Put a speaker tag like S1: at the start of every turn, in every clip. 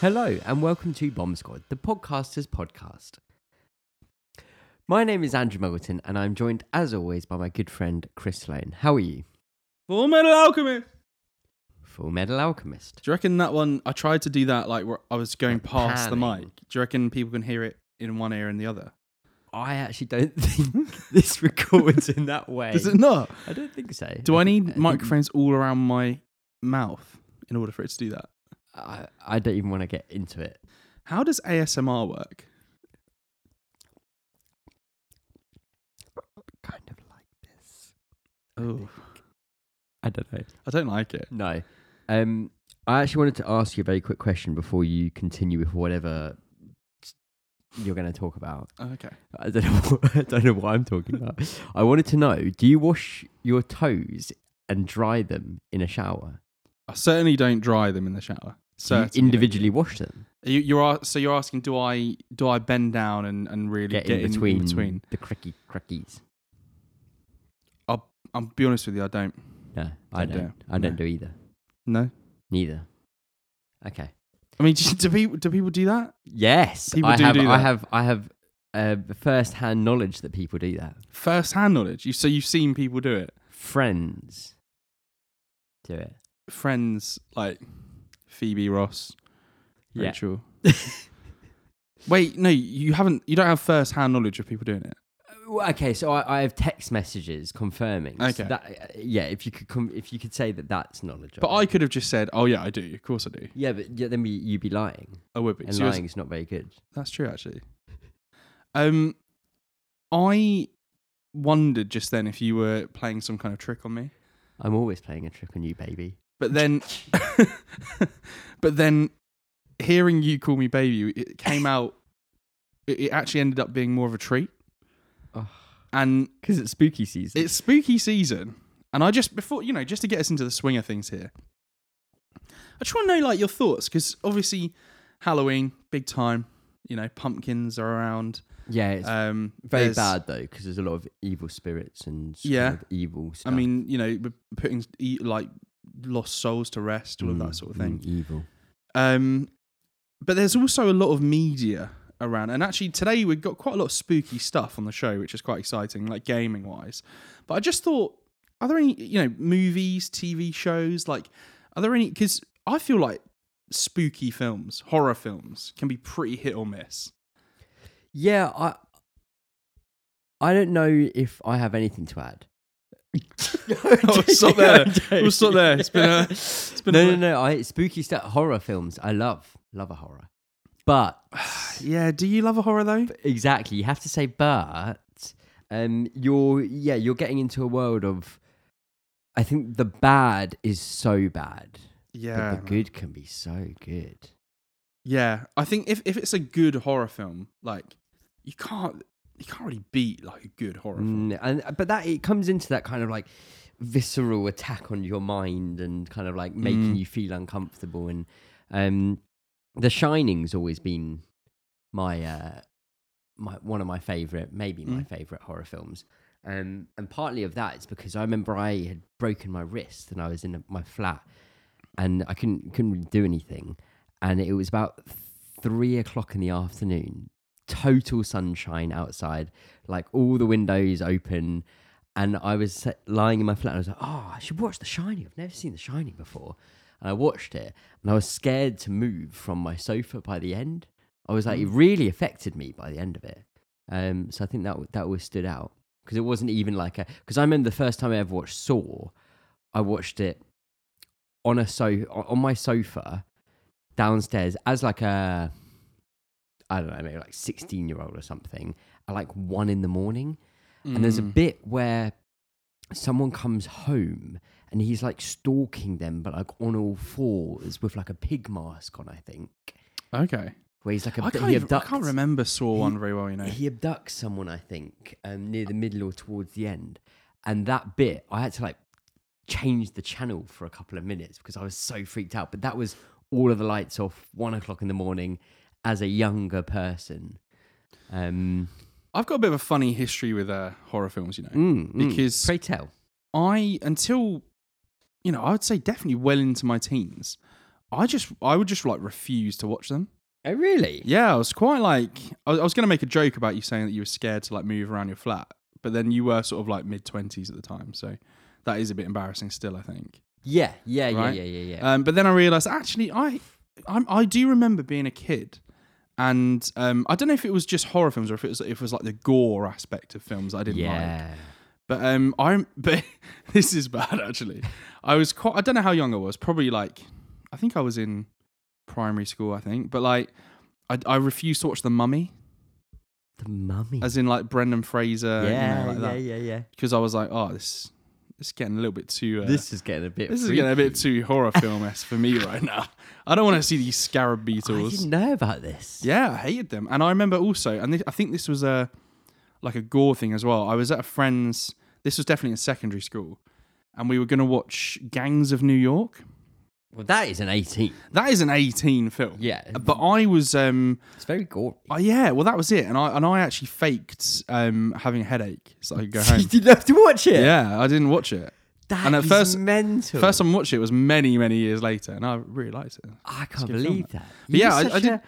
S1: Hello, and welcome to Bomb Squad, the podcaster's podcast. My name is Andrew Muggleton, and I'm joined, as always, by my good friend Chris Sloan. How are you?
S2: Full Metal Alchemist.
S1: Full Metal Alchemist.
S2: Do you reckon that one? I tried to do that like where I was going
S1: Like
S2: past the
S1: panning.
S2: mic. Do you reckon people can hear it in one ear and the other?
S1: I actually don't think this records in that way.
S2: Is it not?
S1: I don't think so.
S2: Do
S1: think-
S2: I need
S1: think-
S2: microphones all around my mouth in order for it to do that?
S1: I, I don't even want to get into it.
S2: How does ASMR work?
S1: Kind of like this.
S2: Oh,
S1: I don't know.
S2: I don't like it.
S1: No. Um, I actually wanted to ask you a very quick question before you continue with whatever you're going to talk about.
S2: Okay.
S1: I don't know. I don't know what I'm talking about. I wanted to know: Do you wash your toes and dry them in a shower?
S2: I certainly don't dry them in the shower.
S1: Do you
S2: Certainly.
S1: individually wash them?
S2: You, you're a- so you're asking, do I do I bend down and and really
S1: Get,
S2: get,
S1: in, between
S2: In between?
S1: the cricky crickies.
S2: I'll be honest with you, I don't.
S1: No, I
S2: Don't
S1: don't.
S2: do
S1: I don't
S2: No.
S1: do either.
S2: No.
S1: Neither. Okay.
S2: I mean, do people do people do that?
S1: Yes,
S2: People
S1: I
S2: do
S1: have.
S2: do
S1: I
S2: that.
S1: have. I have uh, first-hand knowledge that people do that.
S2: First hand knowledge. You so you've seen people do it.
S1: Friends do it.
S2: friends like Phoebe Ross,
S1: Yeah.
S2: Rachel. Wait, no, you haven't. You don't have first-hand knowledge of people doing it.
S1: Well, okay, so I, I have text messages confirming. so
S2: Okay.
S1: that, yeah, if you could com- if you could say that that's knowledge. of
S2: But
S1: it.
S2: I could have just said, "Oh yeah, I do. Of course I do.
S1: Yeah, but yeah, then we, you'd be lying,
S2: I would be."
S1: and
S2: So you're-
S1: lying's not very good.
S2: that's true, actually. Um, I wondered just then if you were playing some kind of trick on me,
S1: I'm always playing a trick on you, baby.
S2: but then, but then, hearing you call me baby, it came out. It, it actually ended up being more of a treat,
S1: Oh.
S2: and
S1: Because it's spooky season.
S2: It's spooky season, and I just before you know, just to get us into the swing of things here, I just want to know like your thoughts because obviously Halloween, big time. You know, pumpkins are around.
S1: yeah, it's
S2: um,
S1: very
S2: there's-
S1: bad though, because there's a lot of evil spirits and sort
S2: Yeah.
S1: of evil
S2: I
S1: stuff.
S2: mean, you know, we're putting e- like lost souls to rest, all of that
S1: Mm,
S2: sort of
S1: mm,
S2: thing.
S1: evil.
S2: Um, but there's also a lot of media around, and actually today we've got quite a lot of spooky stuff on the show, which is quite exciting, like gaming wise. But I just thought, are there any you know movies, TV shows, like are there any? Because I feel like spooky films, horror films, can be pretty hit or miss.
S1: Yeah, I. I don't know if I have anything to add.
S2: we'll stop there. We'll stop there. It's been a-
S1: it's
S2: been
S1: no,
S2: a-
S1: no, no. I spooky stuff, horror films. I love, love a horror, but
S2: Yeah, do you love a horror though?
S1: exactly you have to say but um you're yeah you're getting into a world of i think the bad is so bad
S2: Yeah,
S1: but the good can be so good
S2: yeah. I think if if it's a good horror film, like you can't you can't really beat like a good horror film.
S1: Mm, and but that it comes into that kind of like visceral attack on your mind and kind of like making
S2: Mm.
S1: you feel uncomfortable and um the shining's always been my uh my one of my favorite maybe my favorite horror films um and partly of that is because i remember i had broken my wrist and i was in a, my flat and i couldn't couldn't really do anything and it was about three o'clock in the afternoon total sunshine outside like all the windows open and i was se- lying in my flat and i was like oh i should watch the shining i've never seen the shining before and i watched it and i was scared to move from my sofa by the end i was like it really affected me by the end of it um, so i think that that always stood out because it wasn't even like a because i remember the first time i ever watched saw i watched it on a so on my sofa downstairs as like a I don't know, maybe like 16 year old or something at like one in the morning. And there's a
S2: Mm.
S1: bit where someone comes home and he's like stalking them, but like on all fours with like a pig mask on, I think.
S2: Okay.
S1: Where he's like a
S2: I can't,
S1: he
S2: even- I
S1: abducts,
S2: can't remember Saw
S1: He-
S2: 1 very well, you know.
S1: he abducts someone, I think, um, near the middle or towards the end. And that bit, I had to like change the channel for a couple of minutes because I was so freaked out. But that was all of the lights off, one o'clock in the morning, as a younger person. Um,
S2: I've got a bit of a funny history with uh, horror films, you know.
S1: mm, mm.
S2: Because-
S1: pray tell,
S2: I, until, you know, I would say definitely well into my teens, I just I would just like refuse to watch them.
S1: Oh, really?
S2: Yeah, I was quite like I was, I was going to make a joke about you saying that you were scared to like move around your flat, but then you were sort of like mid twenties at the time, so that is a bit embarrassing still. I think.
S1: Yeah, yeah, yeah,
S2: Right?
S1: yeah, yeah, yeah.
S2: Um, but then I realised actually I I'm, I do remember being a kid, and um, I don't know if it was just horror films or if it was if it was like the gore aspect of films I didn't like.
S1: yeah.
S2: But um, I'm but this is bad actually. I was quite. I don't know how young I was. Probably like, I think I was in primary school. I think, but like, I I refused to watch The Mummy,
S1: The mummy.
S2: as in like Brendan
S1: yeah,
S2: Fraser. you know, like
S1: yeah,
S2: that,
S1: yeah, yeah.
S2: because I was like, oh, this this is getting a little bit too. Uh,
S1: This is getting a bit.
S2: this is
S1: freaky.
S2: getting a bit too horror film esque for me right now. I don't want to see these scarab
S1: I
S2: beetles.
S1: didn't know about this.
S2: Yeah, I hated them. And I remember also, and thi- I think this was a like a gore thing as well. I was at a friend's. This was definitely in secondary school, and we were going to watch Gangs of New York.
S1: Well, that is an eighteen.
S2: That is an eighteen film.
S1: Yeah,
S2: But I was, um,
S1: it's very gory.
S2: oh yeah, well that was it, and I and I actually faked um having a headache so I could go home.
S1: didn't have to watch it.
S2: yeah, I didn't watch it.
S1: That
S2: And at
S1: is
S2: first-
S1: mental.
S2: First time I watched it was many many years later, and I really liked it.
S1: I can't
S2: good film,
S1: believe that.
S2: But
S1: You
S2: yeah,
S1: were
S2: I,
S1: such
S2: I did.
S1: a-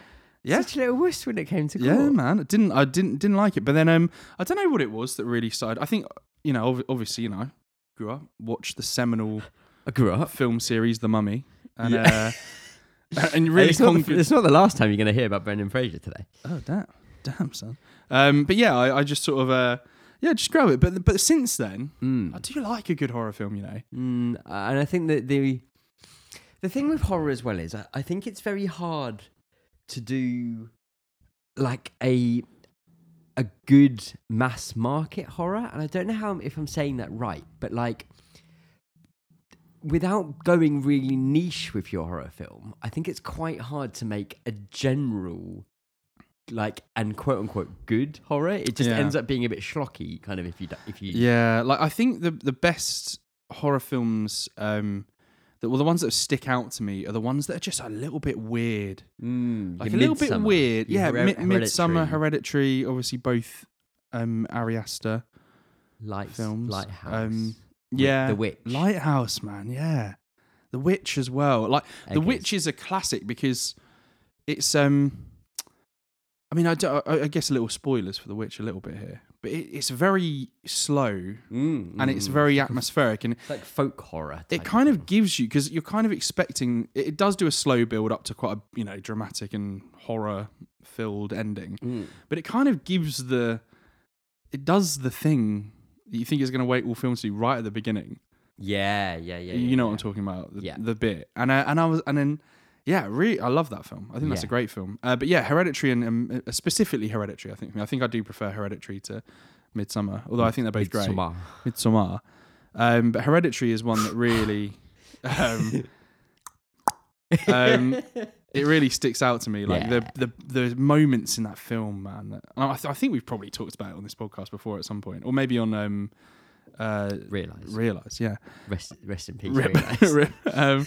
S2: yeah.
S1: Such a little wuss when it came to gore.
S2: Yeah, man. I didn't I didn't didn't like it. But then um I don't know what it was that really started. I think you know, ob- obviously, you know, grew up, watched the seminal
S1: I grew up.
S2: film series The Mummy. And
S1: Yeah.
S2: uh and really
S1: it's, not the,
S2: conquered
S1: it's not the last time you're going to hear about Brendan Fraser today.
S2: Oh damn. Damn son. Um but yeah, I, I just sort of uh yeah, just grab it. But but since then,
S1: Mm.
S2: I do like a good horror film, you know.
S1: Mm, uh, and I think that the the thing with horror as well is I, I think it's very hard to do like a a good mass market horror, and I don't know how if I'm saying that right, but like without going really niche with your horror film, I think it's quite hard to make a general like and quote unquote good horror. It just
S2: Yeah.
S1: ends up being a bit schlocky, kind of if you do, if you
S2: Yeah, like I think the the best horror films um that well the ones that stick out to me are the ones that are just a little bit weird.
S1: Mm,
S2: like a
S1: your
S2: little bit
S1: Midsommar,
S2: weird.
S1: your
S2: Yeah,
S1: Hered-
S2: Mi- Midsummer,
S1: Hereditary.
S2: Hereditary, obviously both um Ari Aster
S1: Lights,
S2: films.
S1: Lighthouse.
S2: Um,
S1: Wi-
S2: yeah,
S1: The Witch.
S2: Lighthouse, man, yeah, The Witch as well. Like The
S1: Okay,
S2: Witch is a classic because it's um, I mean, I, do, I, I guess a little spoilers for The Witch a little bit here, but it, it's very slow
S1: Mm,
S2: and it's
S1: mm.
S2: very atmospheric and
S1: It's like folk horror.
S2: it
S1: type
S2: kind
S1: thing.
S2: of gives you because you're kind of expecting it, it does do a slow build up to quite a you know dramatic and horror filled ending
S1: Mm.
S2: but it kind of gives the it does the thing that you think is going to wait all films to do right at the beginning.
S1: Yeah, yeah, yeah.
S2: you
S1: yeah,
S2: know what
S1: yeah.
S2: I'm talking about, the,
S1: Yeah.
S2: the bit. And I, and I was and then yeah, really, I love that film. I think that's a
S1: Yeah.
S2: great film. Uh, but yeah, Hereditary and um, uh, specifically Hereditary, I think. I think I do prefer Hereditary to Midsummer, although I think they're both great.
S1: Midsommar.
S2: Midsommar. Um, but Hereditary is one that really, um, um, it really sticks out to me. Like
S1: Yeah.
S2: the, the the moments in that film, man. That, and I, th- I think we've probably talked about it on this podcast before at some point, or maybe on um, uh,
S1: Realize.
S2: realize. Yeah,
S1: rest, rest in peace.
S2: Rip.
S1: Realize.
S2: Rip. um,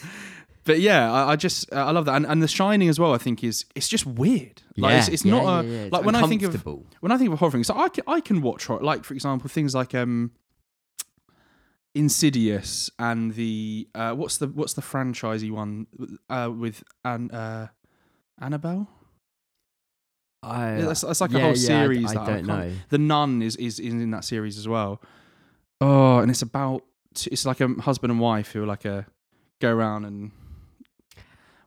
S2: but yeah, I, I just I love that, and, and The Shining as well. I think is it's just weird. Like it's,
S1: Yeah,
S2: it's
S1: yeah,
S2: not a
S1: yeah, yeah. It's
S2: like when I think of
S1: uncomfortable.
S2: when I think of horror things, so I can, I can watch horror, like for example things like um, Insidious and the uh, what's the what's the franchisey one uh, with an uh, Annabelle?
S1: I,
S2: Yeah, that's, that's like
S1: yeah,
S2: a whole
S1: yeah, I d-
S2: series.
S1: I,
S2: that
S1: don't
S2: can't-
S1: know.
S2: The Nun is is in, in that series as well. Oh, and it's about t- it's like a husband and wife who are like a go around and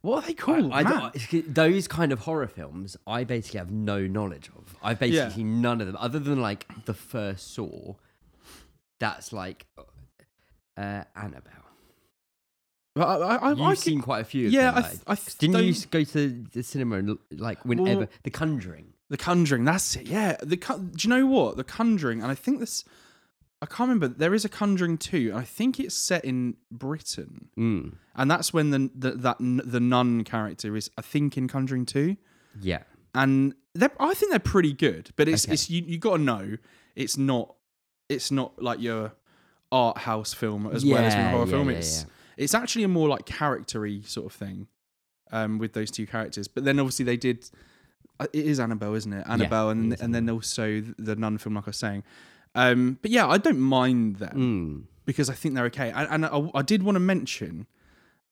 S2: what are they called?
S1: I, I
S2: Man.
S1: don't, those kind of horror films, I basically have no knowledge of. I've
S2: Yeah.
S1: basically none of them, other than like the first Saw. That's like uh, Annabelle.
S2: But I, I, I,
S1: You've
S2: I
S1: seen quite a few. Of
S2: yeah,
S1: them,
S2: I,
S1: though.
S2: th- I th-
S1: Didn't
S2: don't-
S1: you s- go to the cinema and l- like whenever
S2: Well-
S1: The Conjuring?
S2: The Conjuring. That's it. Yeah. The Con- do you know what the Conjuring? And I think this. I can't remember. There is a Conjuring too, and I think it's set in Britain,
S1: Mm.
S2: and that's when the, the that n- the nun character is. I think in Conjuring two,
S1: Yeah,
S2: and they're, I think they're pretty good. But it's
S1: Okay.
S2: it's you you got to know it's not it's not like your art house film as well as with
S1: Yeah,
S2: horror
S1: yeah,
S2: film.
S1: yeah,
S2: It's it's actually a more like charactery sort of thing um, with those two characters. But then obviously they did. uh, It is Annabelle, isn't it? Annabelle, and
S1: is
S2: and then also the Nun film, like I was saying. Um, but yeah, I don't mind them
S1: mm.
S2: because I think they're okay. And, and I, I did want to mention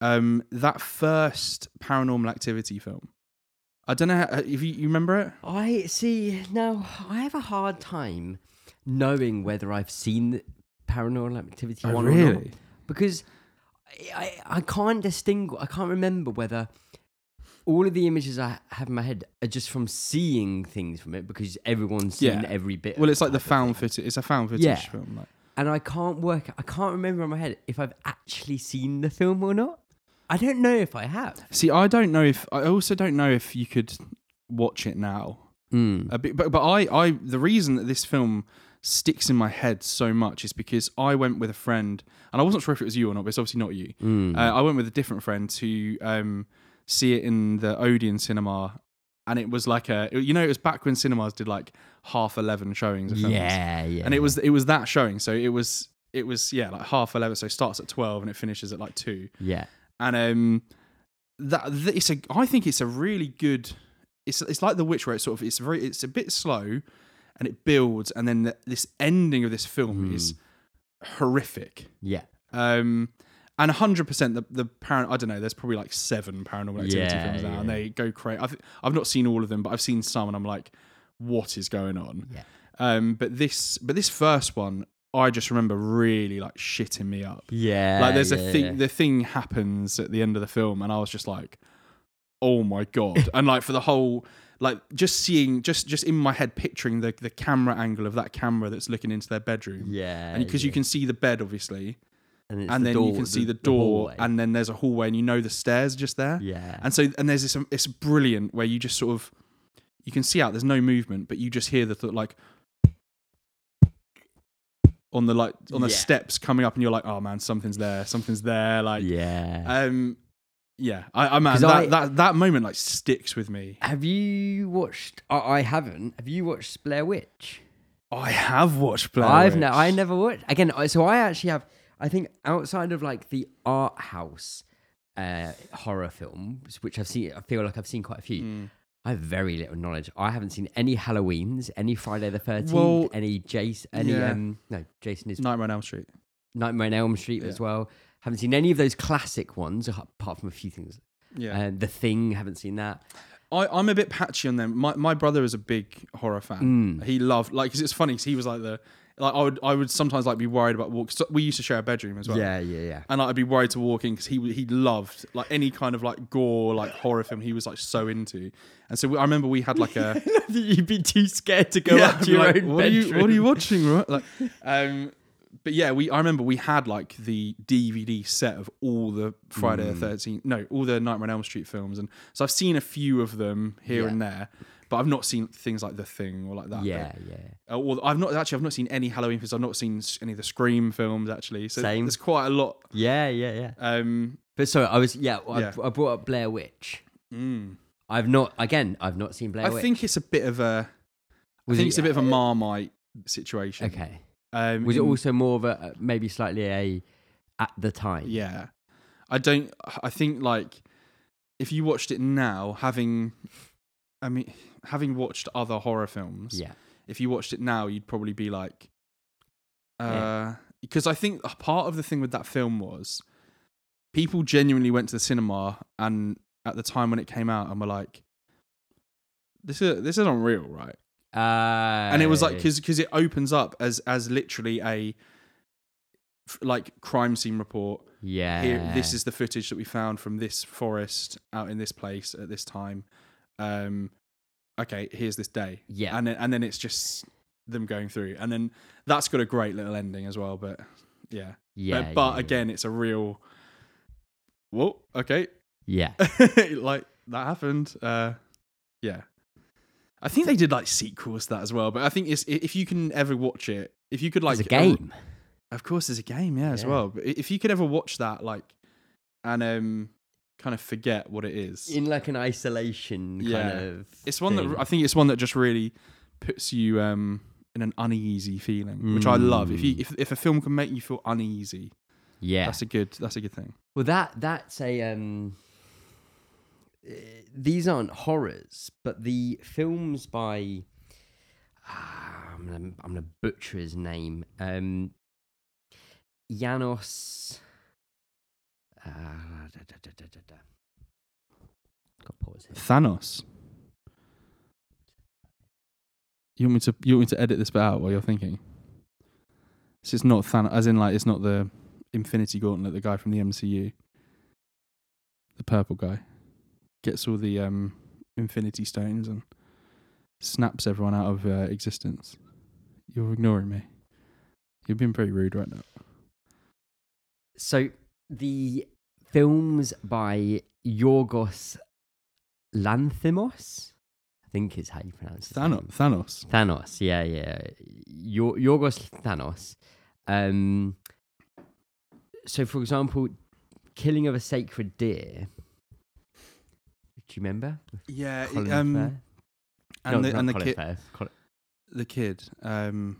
S2: um, that first Paranormal Activity film. I don't know how, uh, if you, you remember it.
S1: I see. Now I have a hard time knowing whether I've seen the Paranormal Activity
S2: Oh,
S1: one or not
S2: really?
S1: because I, I I can't distinguish. I can't remember whether all of the images I have in my head are just from seeing things from it because everyone's seen
S2: Yeah.
S1: every bit.
S2: Well,
S1: of
S2: it's like
S1: that
S2: the
S1: type of
S2: found
S1: thing.
S2: footage. It's a found footage
S1: Yeah.
S2: film. Like.
S1: and I can't work. I can't remember in my head if I've actually seen the film or not. I don't know if I have.
S2: See, I don't know if I also don't know if you could watch it now. A bit, but but I I the reason that this film sticks in my head so much is because I went with a friend, and I wasn't sure if it was you or not. But it's obviously not you. Uh, I went with a different friend to um, see it in the Odeon cinema, and it was like a you know it was back when cinemas did like half eleven showings. Of films.
S1: Yeah, yeah.
S2: and it was it was that showing. So it was it was yeah like half eleven. So it starts at twelve and it finishes at like two
S1: yeah.
S2: and um that th- it's a i think it's a really good it's it's like the witch where it's sort of it's very it's a bit slow and it builds and then th this ending of this film is
S1: Hmm.
S2: horrific
S1: Yeah.
S2: um and 100% the the parent I don't know there's probably like seven paranormal activity
S1: Yeah,
S2: films now and
S1: yeah.
S2: they go crazy I've I've not seen all of them but I've seen some and I'm like what is going on
S1: Yeah.
S2: um but this but this first one I just remember really like shitting me up
S1: Yeah.
S2: like there's
S1: yeah,
S2: a thing
S1: yeah.
S2: the thing happens at the end of the film and i was just like oh my god and like for the whole like just seeing just just in my head picturing the the camera angle of that camera that's looking into their bedroom
S1: Yeah.
S2: and because you can see the bed obviously
S1: and, it's
S2: and
S1: the
S2: then you
S1: door-
S2: can see the, door
S1: hallway.
S2: and then there's a hallway and you know the stairs just there
S1: yeah.
S2: and so and there's this um, it's brilliant where you just sort of you can see out there's no movement but you just hear the th- like on the like on the
S1: Yeah.
S2: steps coming up and you're like oh man something's there something's there like
S1: yeah.
S2: um, yeah, I, I man,
S1: 'Cause
S2: that,
S1: I-
S2: that that moment like sticks with me.
S1: have you watched? I, I haven't. Have you watched Blair Witch?
S2: I have watched Blair.
S1: I've
S2: Witch.
S1: ne- I never watched again. I- So I actually have. I think outside of like the art house uh, horror films, which I've seen, I feel like I've seen quite a
S2: Mm.
S1: few. I have very little knowledge. I haven't seen any Halloweens, any Friday the Thirteenth,
S2: Well,
S1: any Jason, any
S2: yeah. Mm.
S1: um, no Jason is
S2: Nightmare on Elm Street.
S1: Nightmare on Elm Street as well. Haven't seen any of those classic ones apart from a few things.
S2: Yeah,
S1: Um, the Thing, haven't seen that.
S2: I, I'm a bit patchy on them. My my brother is a big horror fan.
S1: Mm.
S2: He loved like 'cause it's funny. 'cause he was like the like I would I would sometimes like be worried about walks. We used to share a bedroom as well.
S1: Yeah, yeah, yeah.
S2: And like, I'd be worried to walk in because he he loved like any kind of like gore like horror film he was like so into, and so we, I remember we had like a
S1: You'd be too scared to go
S2: I'd be like, what Are you, what are you watching? Right? Like, um, but yeah, we I remember we had like the DVD set of all the Friday
S1: Mm.
S2: the Thirteenth, no, all the Nightmare on Elm Street films, and so I've seen a few of them here
S1: Yeah.
S2: and there, but I've not seen things like The Thing or like that.
S1: Yeah, yeah.
S2: Uh, or I've not actually I've not seen any Halloween films. I've not seen s- any of the Scream films actually. So
S1: Same.
S2: there's quite a lot.
S1: Yeah, yeah, yeah.
S2: Um,
S1: But sorry, I was yeah, I,
S2: Yeah.
S1: I brought up Blair Witch. I've not again. I've not seen Blair
S2: mm. I
S1: Witch.
S2: think it's a bit of a. I
S1: Was it-
S2: think
S1: uh,
S2: it's a bit of a Marmite situation.
S1: okay.
S2: Um,
S1: Was it
S2: in-
S1: also more of a maybe slightly a at the time?
S2: Yeah. I don't I think like if you watched it now having I mean having watched other horror films,
S1: yeah,
S2: if you watched it now you'd probably be like
S1: Yeah.
S2: uh because I think a part of the thing with that film was people genuinely went to the cinema and at the time when it came out and were like this is this isn't real, right?
S1: Uh,
S2: and it was like because it opens up as as literally a f- like crime scene report
S1: Uh, yeah,
S2: here, this is the footage that we found from this forest out in this place at this time. Um, okay, here's this day.
S1: Yeah.
S2: and then, and then it's just them going through, and then that's got a great little ending as well. But yeah,
S1: yeah,
S2: but, but
S1: yeah,
S2: again, it's a real. Whoa, okay,
S1: yeah.
S2: like that happened. Uh, yeah, I think they did like sequels to that as well. But I think it's i- if you can ever watch it, if you could like
S1: it's a game.
S2: of course, there's a game, yeah, as
S1: Yeah.
S2: well. But i- if you could ever watch that, like, and um, kind of forget what it is,
S1: in like an isolation
S2: Yeah.
S1: kind of.
S2: it's one
S1: thing.
S2: that I think it's one that just really puts you um in an uneasy feeling, which I love. If you if, if a film can make you feel uneasy,
S1: Mm. yeah.
S2: that's a good that's a good thing.
S1: Well, that that's a um. uh, These aren't horrors, but the films by ah, I'm gonna, I'm gonna butcher his name. Um, Janos. Uh, da, da, da, da, da, da. Got pause here.
S2: Thanos. You want me to you want me to edit this bit out while you're thinking? So it's not Thanos, as in like it's not the Infinity Gauntlet, the guy from the MCU, the purple guy, gets all the um, Infinity Stones and snaps everyone out of uh, existence. You're ignoring me. You've been pretty rude right now.
S1: So the films by Yorgos Lanthimos, I think is how you pronounce it.
S2: Thanos. Thanos.
S1: Thanos, yeah, yeah. Yor- Yorgos Thanos. Um, so, for example, killing of a sacred deer. Do you remember?
S2: Yeah.
S1: Colin
S2: um,
S1: Firth?
S2: and
S1: No,
S2: the
S1: not
S2: and the
S1: Colin
S2: kid,
S1: Firth, Col-
S2: the kid. Um,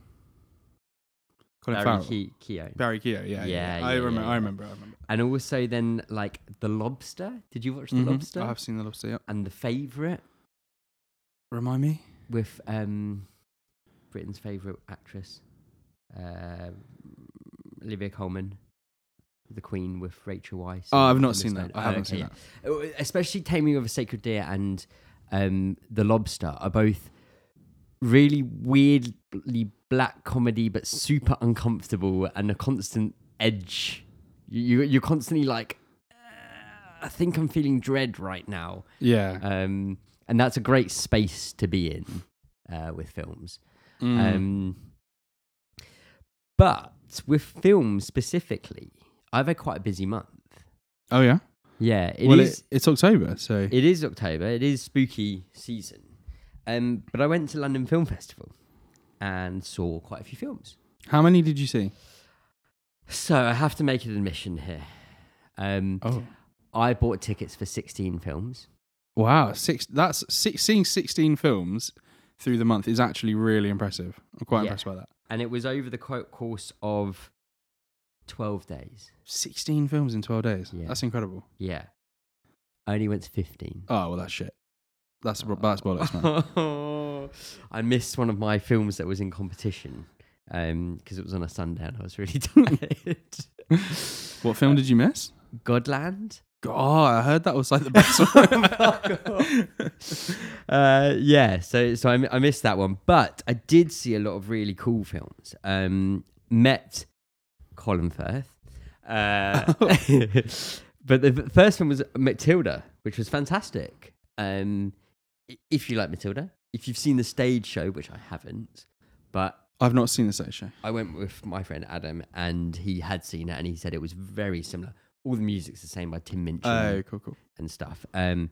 S2: Colin
S1: Barry
S2: Farrell.
S1: Ke- Keoghan.
S2: Barry Keogh, yeah, yeah,
S1: Yeah,
S2: I
S1: yeah,
S2: remember,
S1: yeah,
S2: I
S1: yeah.
S2: remember, I remember.
S1: and also then like the lobster. Did you watch the
S2: Mhm.
S1: lobster?
S2: I have seen the lobster. Yeah.
S1: and the favorite
S2: Remind me.
S1: with um, Britain's favorite actress, uh, Olivia Colman, the Queen with Rachel Weisz.
S2: Oh, I've
S1: and
S2: not
S1: this
S2: seen
S1: and
S2: that. I haven't seen that.
S1: yeah. Uh, Especially Taming of a Sacred Deer and um, The Lobster are both really weirdly black comedy, but super uncomfortable and a constant edge. You, you- you're constantly like, "Uh, I think I'm feeling dread right now
S2: Yeah.
S1: um, and that's a great space to be in uh, with films.
S2: Mm.
S1: Um, but with films specifically, I've had quite a busy month.
S2: oh yeah.
S1: Yeah, it is.
S2: well, it, it's October, so
S1: it is October. It is spooky season. Um, but I went to London Film Festival and saw quite a few films.
S2: how many did you see?
S1: So I have to make an admission here. Um,
S2: Oh,
S1: I bought tickets for 16 films.
S2: wow. Six. That's six, seeing sixteen films through the month is actually really impressive. I'm quite
S1: Yeah.
S2: impressed by that.
S1: and it was over the co- course of 12 days.
S2: Sixteen films in twelve days.
S1: Yeah.
S2: That's incredible.
S1: Yeah. I only went to 15.
S2: Oh well, that's shit. That's
S1: Oh.
S2: bo- that's bollocks, man.
S1: I missed one of my films that was in competition because it was on a Sunday and I was really tired.
S2: what film did you miss?
S1: Godland?
S2: Oh, I heard that was like the best one.
S1: Uh, yeah, so so I, mi- I missed that one, but I did see a lot of really cool films. Um, met Colin Firth, uh, but the first one was Matilda, which was fantastic. Um, i- if you like Matilda, if you've seen the stage show, which I haven't, but
S2: I've not seen the stage show.
S1: I went with my friend Adam, and he had seen it, and he said it was very similar. All the music's the same by Tim Minchin
S2: Oh, cool, cool.
S1: and stuff. Um,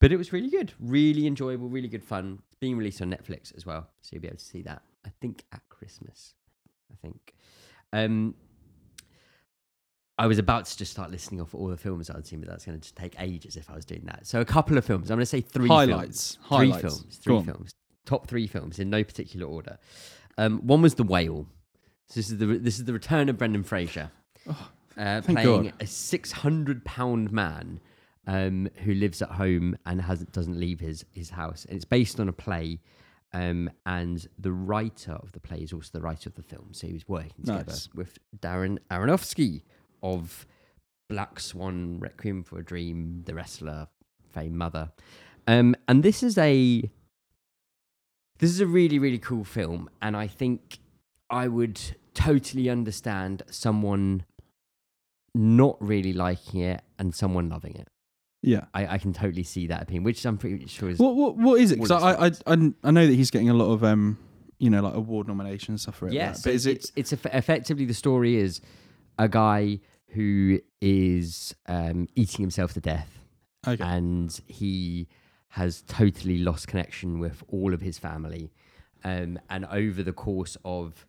S1: but it was really good, really enjoyable, really good fun. It's being released on Netflix as well, so you'll be able to see that. I think at Christmas. I think. Um, I was about to just start listing off all the films I'd seen, but that's going to take ages if I was doing that. So a couple of films. I'm going to say three
S2: Highlights.
S1: Films,
S2: Highlights.
S1: Three films.
S2: Go
S1: Three
S2: on.
S1: films. Top three films in no particular order. Um, one was The Whale. So this is the this is the return of Brendan Fraser uh,
S2: Oh, Thank
S1: playing
S2: God.
S1: a six hundred pound man um, who lives at home and has doesn't leave his his house. And it's based on a play, um, and the writer of the play is also the writer of the film. So he was working together
S2: Nice.
S1: with Darren Aronofsky of Black Swan, Requiem for a Dream, The Wrestler, Fame Mother, um, and this is a this is a really really cool film, and I think I would totally understand someone not really liking it and someone loving it.
S2: Yeah.
S1: I, I can totally see that opinion, which I'm pretty sure is
S2: What what what is it?
S1: What
S2: Because I, I
S1: is
S2: I I know that he's getting a lot of um you know like award nominations and stuff for it.
S1: yeah.
S2: like,
S1: so
S2: but is it
S1: it's it's eff- effectively the story is a guy who is um, eating himself to death,
S2: Okay.
S1: Uh, and he has totally lost connection with all of his family, um, and over the course of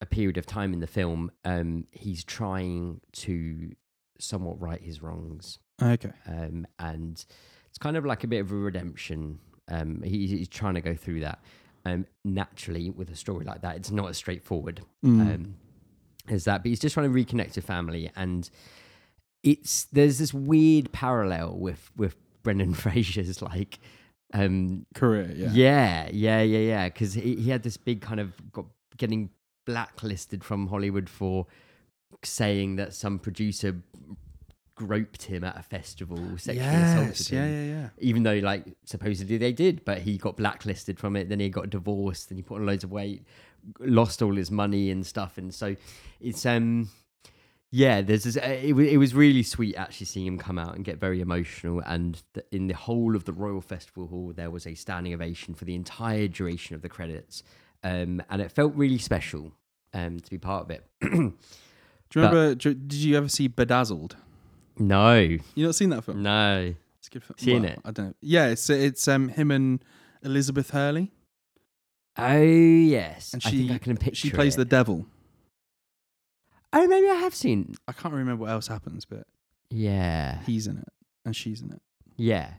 S1: a period of time in the film, um, he's trying to somewhat right his wrongs.
S2: okay?
S1: um, and it's kind of like a bit of a redemption. Um, he, he's trying to go through that. Um, naturally, with a story like that, it's not as straightforward
S2: Mm.
S1: um, as that. But he's just trying to reconnect to family, and it's there's this weird parallel with with Brendan Fraser's like um,
S2: Career, yeah.
S1: yeah, yeah, yeah, yeah. Because he, he had this big kind of got getting blacklisted from Hollywood for saying that some producer groped him at a festival, sexually assaulted
S2: yes,
S1: him.
S2: yeah, yeah, yeah.
S1: Even though, like, supposedly they did, but he got blacklisted from it. Then he got divorced. Then he put on loads of weight, lost all his money and stuff. And so, it's um, yeah. There's this. uh, It, wa- it was really sweet actually seeing him come out and get very emotional. And th- in the whole of the Royal Festival Hall, there was a standing ovation for the entire duration of the credits. Um, and it felt really special um to be part of it.
S2: Do you remember? do- did you ever see Bedazzled?
S1: no,
S2: You not seen that film?
S1: no.
S2: It's a good film.
S1: Seen
S2: Well,
S1: it?
S2: I don't know. Yeah, it's it's um him and Elizabeth Hurley,
S1: Oh yes,
S2: and
S1: I
S2: she
S1: think I can picture.
S2: she plays
S1: it.
S2: the devil.
S1: Oh, maybe I have seen.
S2: I can't remember what else happens, but
S1: Yeah,
S2: he's in it and she's in it.
S1: yeah,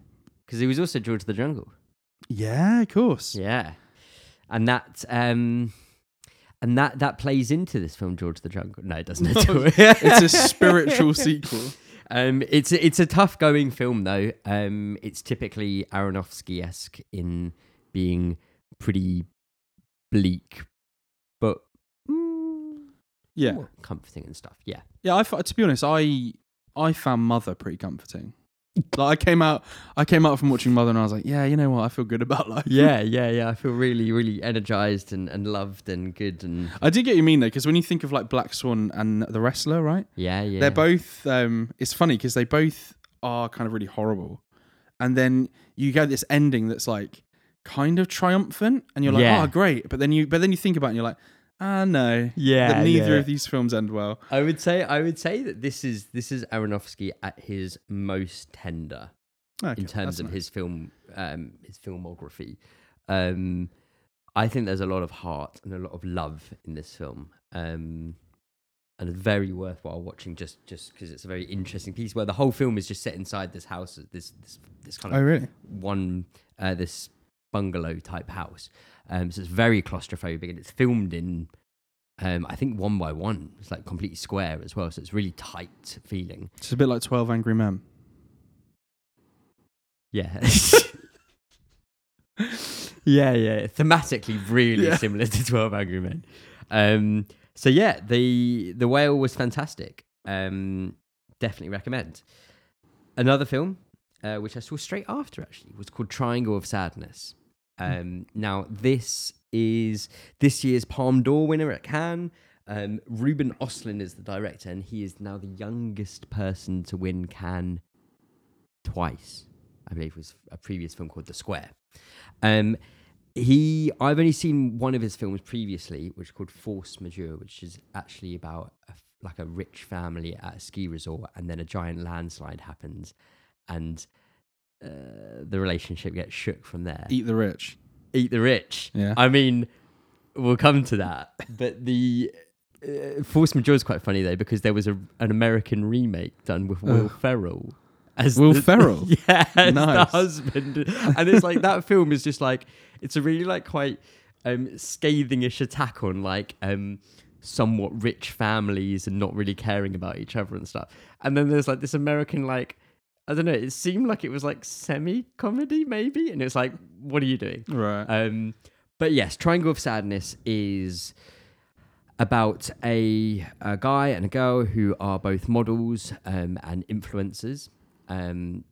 S1: because it was also George of the Jungle.
S2: Yeah, of course.
S1: Yeah, and that um, and that that plays into this film, George of the Jungle. No, it doesn't. At all.
S2: it's a spiritual sequel.
S1: Um, it's a- it's a tough going film though. Um, it's typically Aronofsky esque in being pretty bleak, but mm,
S2: Yeah,
S1: more comforting and stuff. Yeah.
S2: yeah. I fo- to be honest, I I found Mother pretty comforting. Like I came out, I came out from watching Mother, and I was like, yeah, you know what? I feel good about life.
S1: yeah, yeah, yeah. I feel really, really energized and, and loved and good and
S2: I do get what you mean though, because when you think of like Black Swan and The Wrestler, right?
S1: yeah, yeah.
S2: They're both. Um, it's funny because they both are kind of really horrible, and then you get this ending that's like kind of triumphant, and you're like,
S1: Yeah.
S2: oh great, but then you but then you think about it and you're like, ah no,
S1: yeah.
S2: that neither
S1: yeah.
S2: of these films end well.
S1: I would say I would say that this is this is Aronofsky at his most tender
S2: Okay,
S1: in terms
S2: that's
S1: of
S2: nice.
S1: his film um his filmography. Um I think there's a lot of heart and a lot of love in this film. Um and it's very worthwhile watching just just because it's a very interesting piece where the whole film is just set inside this house this this this kind of
S2: Oh really?
S1: one uh, this bungalow type house. Um, so it's very claustrophobic, and it's filmed in um, I think one by one. It's like completely square as well, so it's really tight feeling.
S2: It's a bit like Twelve Angry Men.
S1: Yeah. yeah, yeah. Thematically, really
S2: Yeah.
S1: similar to Twelve Angry Men. Um, so yeah, the the whale was fantastic. Um, definitely recommend. Another film uh, which I saw straight after actually was called Triangle of Sadness. Um, now this is this year's Palm d'Or winner at Cannes. Um, Ruben Oslin is the director, and he is now the youngest person to win Cannes twice. I believe it was a previous film called The Square. Um, he, I've only seen one of his films previously, which is called Force Majeure, which is actually about a, f- like a rich family at a ski resort, and then a giant landslide happens, and uh, the relationship gets shook from there. Eat,
S2: Eat the rich.
S1: the rich.
S2: Yeah.
S1: I mean, we'll come to that, but the. Uh, Force Majeure is quite funny though because there was a, an American remake done with Will Ferrell as
S2: Will
S1: the-
S2: Ferrell?
S1: yeah, as the
S2: Nice.
S1: husband, and it's like that film is just like it's a really like quite um, scathing-ish attack on like um, somewhat rich families and not really caring about each other and stuff. And then there's like this American like I don't know. It seemed like it was like semi-comedy maybe, and it's like, what are you doing?
S2: Right.
S1: Um, but yes, Triangle of Sadness is about a, a guy and a girl who are both models um, and influencers. Um,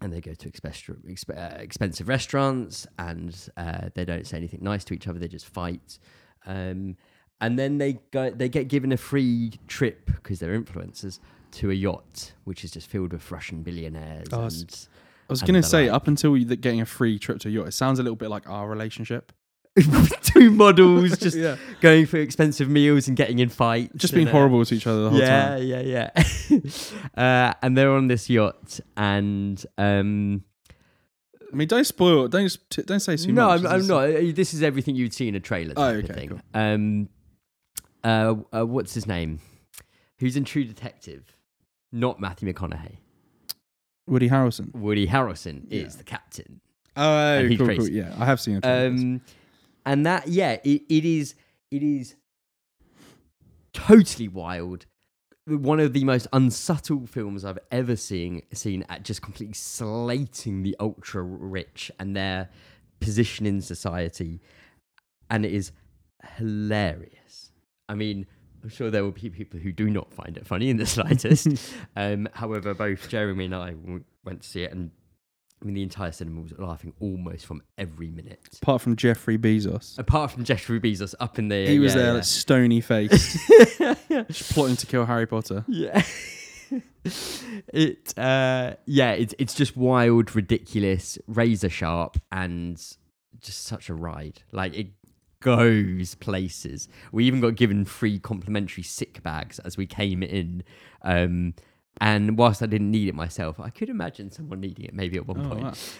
S1: and they go to expe- exp- uh, expensive restaurants and uh, they don't say anything nice to each other, they just fight. Um, and then they go, they get given a free trip because they're influencers to a yacht, which is just filled with Russian billionaires.
S2: Oh, it's-
S1: and
S2: I was
S1: and
S2: gonna
S1: the
S2: say
S1: like.
S2: up until you, that getting a free trip to a yacht, it sounds a little bit like our relationship.
S1: two models just
S2: yeah,
S1: going for expensive meals and getting in fights.
S2: just being
S1: and, uh,
S2: horrible to each other the whole
S1: yeah,
S2: time.
S1: yeah, yeah. uh, and they're on this yacht, and um,
S2: I mean, don't spoil. it. Don't t- don't say too
S1: no,
S2: much.
S1: I'm,
S2: This
S1: I'm
S2: is-
S1: not. Uh, This is everything you'd see in a trailer.
S2: Oh,
S1: Type of
S2: okay,
S1: thing.
S2: cool.
S1: Um, uh, uh, what's his name? Who's in True Detective? Not Matthew McConaughey.
S2: Woody Harrelson.
S1: Woody Harrelson
S2: Yeah.
S1: is the captain.
S2: Oh,
S1: he's
S2: cool, cool.
S1: crazy.
S2: Yeah, I have seen it.
S1: um and that yeah it, it is it is totally wild one of the most unsubtle films i've ever seen seen at just completely slating the ultra rich and their position in society and it is hilarious i mean I'm sure there will be people who do not find it funny in the slightest. um, however, both Jeremy and I w- went to see it, and I mean, the entire cinema was laughing almost from every minute.
S2: Apart from Jeffrey Bezos.
S1: Apart from Jeffrey Bezos up in the air.
S2: He was
S1: yeah,
S2: there,
S1: yeah.
S2: like, stony faced, plotting to kill Harry Potter.
S1: Yeah. it uh yeah, it's it's just wild, ridiculous, razor sharp and just such a ride. Like it goes places. We even got given free complimentary sick bags as we came in. Um and whilst I didn't need it myself, I could imagine someone needing it maybe at one
S2: Oh,
S1: point.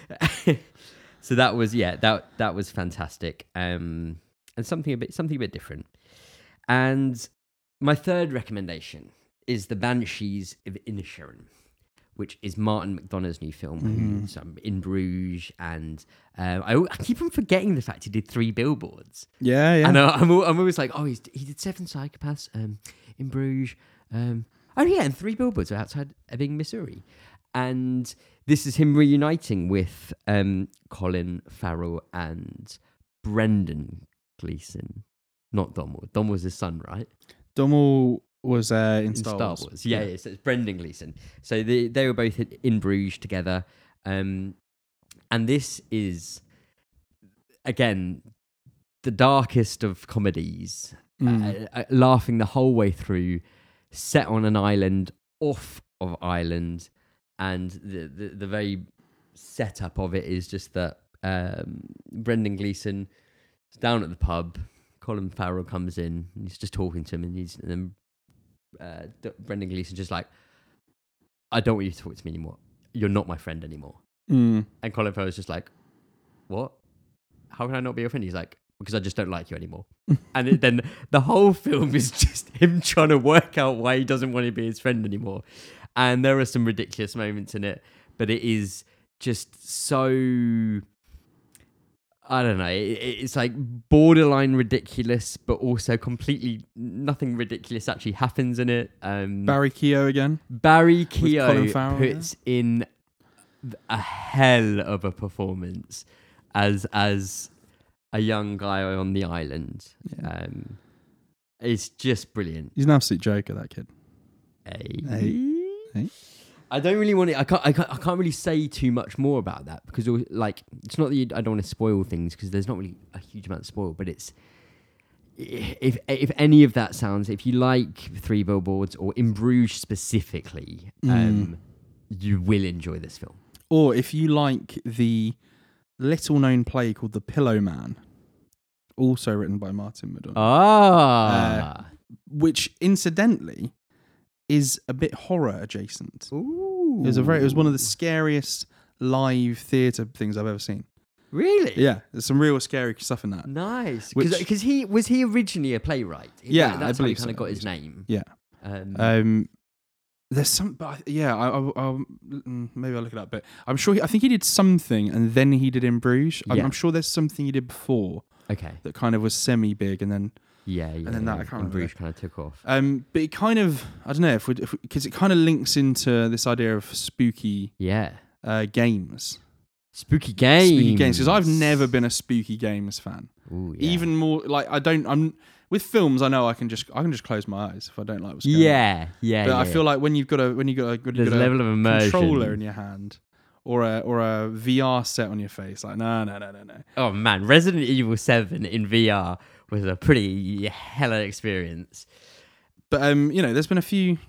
S2: wow.
S1: so that was yeah that that was fantastic um and something a bit something a bit different and my third recommendation is the banshees of inisherin which is martin mcdonough's new film who's um, in bruges and um, I, al- I keep on forgetting the fact he did three billboards
S2: Yeah, yeah.
S1: and I, I'm, al- I'm always like, oh, he's, he did Seven Psychopaths um, in Bruges. Um, oh, yeah, and three billboards outside Ebbing, Missouri. And this is him reuniting with um, Colin Farrell and Brendan Gleeson. Not Donald. Don was his son, right?
S2: Dummel was uh, in,
S1: In
S2: Star, Wars.
S1: Yeah, yeah. so it's Brendan Gleeson. So they, they were both in, in Bruges together. Um, and this is, again, the darkest of comedies
S2: Mm.
S1: uh, uh, laughing the whole way through, set on an island off of Ireland, and the the, the very setup of it is just that um, Brendan Gleeson is down at the pub. Colin Farrell comes in, and he's just talking to him, and he's and then uh, D- Brendan Gleeson just like, I don't want you to talk to me anymore. You're not my friend anymore.
S2: Mm.
S1: And Colin Farrell's just like, what? How can I not be your friend? He's like, because I just don't like you anymore. and it- then the whole film is just him trying to work out why he doesn't want to be his friend anymore. And there are some ridiculous moments in it, but it is just so. I don't know. i- i- It's like borderline ridiculous, but also completely nothing ridiculous actually happens in it. Um,
S2: Barry Keogh again.
S1: Barry
S2: Colin
S1: Keogh
S2: Farrell, yeah.
S1: puts in th- a hell of a performance as as a young guy on the island.
S2: Yeah.
S1: Um, it's just brilliant.
S2: He's an absolute joker, that kid.
S1: Hey.
S2: Hey. Hey.
S1: I don't really want to. I can't, I can't. I can't really say too much more about that because, al- like, it's not that you, I don't want to spoil things because there's not really a huge amount to spoil. But it's if if any of that sounds, if you like Three Billboards or In Bruges specifically,
S2: Mm.
S1: um, you will enjoy this film.
S2: Or if you like the little known play called The Pillow Man, also written by Martin
S1: Uh,
S2: Madonna,
S1: Ah,
S2: which incidentally is a bit horror adjacent.
S1: Uh, ooh,
S2: It was a very it was one of the scariest live theatre things I've ever seen.
S1: really
S2: Yeah, there's some real scary stuff in that.
S1: nice
S2: Which-
S1: because he was he originally a playwright.
S2: Yeah, I
S1: that's how he
S2: believe
S1: kind of
S2: so,
S1: got
S2: I
S1: his
S2: believe
S1: name.
S2: Yeah.
S1: Um,
S2: Um, there's some, but I- yeah, I, I, I'll, mm, maybe I'll look it up. But I'm sure he, I think he did something, and then he did in Bruges. I'm,
S1: Yeah.
S2: I'm sure there's something he did before
S1: okay.
S2: that kind of was semi big, and then
S1: Yeah, yeah. And
S2: then that, I can't
S1: and
S2: remember.
S1: Bruges kind of took off.
S2: um, but it kind of I don't know if we because it kind of links into this idea of spooky
S1: Yeah.
S2: uh, games,
S1: Spooky games.
S2: spooky games. Because I've never been a spooky games fan.
S1: Ooh, yeah.
S2: Even more like I don't. I'm with films. I know I can just I can just close my eyes if I don't like what's going on.
S1: Yeah, yeah.
S2: But
S1: yeah.
S2: I feel like when you've got a when you've got a, when you've
S1: there's a
S2: got a
S1: level of immersion.
S2: controller in your hand or a or a VR set on your face. Like no no no no no.
S1: Oh man, Resident Evil Seven in VR was a pretty hella experience.
S2: But um, you know, there's been a few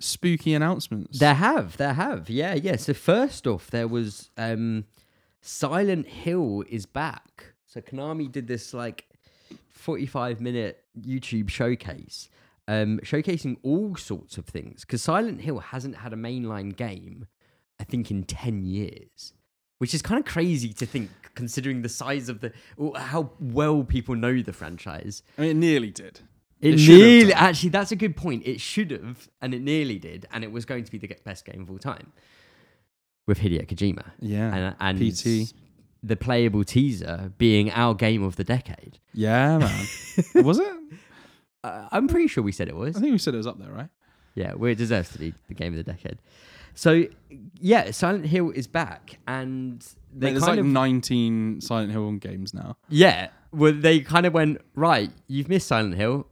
S2: spooky announcements.
S1: There have, there have, yeah, yeah. So first off, there was um, Silent Hill is back. So Konami did this like 45 minute YouTube showcase, um, showcasing all sorts of things because Silent Hill hasn't had a mainline game, I think, in 10 years. Which is kind of crazy to think, considering the size of the or how well people know the franchise.
S2: I mean, it nearly did.
S1: It,
S2: It should have
S1: nearly
S2: done.
S1: actually that's a good point. It should have, and it nearly did, and it was going to be the ge- best game of all time with Hideo Kojima
S2: Yeah.
S1: and uh, and
S2: PT.
S1: the playable teaser being our game of the decade.
S2: yeah, man. was it?
S1: Uh, I'm pretty sure we said it
S2: I
S1: was.
S2: think we said it was up there, right?
S1: Yeah, well, it deserves to be the game of the decade. So yeah, Silent Hill is back, and they
S2: Mate, there's
S1: kind
S2: like
S1: of
S2: 19 Silent Hill games now.
S1: yeah, well they kind of went right. You've missed Silent Hill.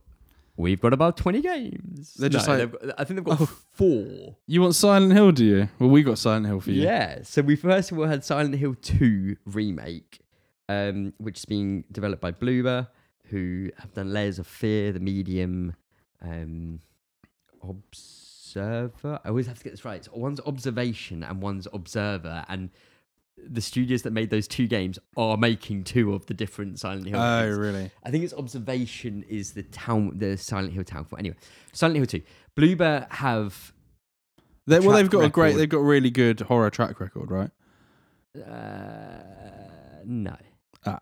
S1: we've got about 20 games.
S2: They're just like-
S1: they've got- I think they've got four.
S2: You want Silent Hill, do you? Well, we got Silent Hill for you.
S1: Yeah. So we first of all had Silent Hill 2 remake, um, which is being developed by Bloober, who have done Layers of Fear, The Medium, um, Observer. I always have to get this right. So one's Observation and one's Observer, and the studios that made those two games are making two of the different Silent Hill.
S2: Oh,
S1: games.
S2: really?
S1: I think it's observation is the town, the Silent Hill town. For anyway, Silent Hill Two, Bloober have
S2: They, well,
S1: Track
S2: they've got a great,
S1: record.
S2: they've got a really good horror track record, right?
S1: uh, no,
S2: Ah.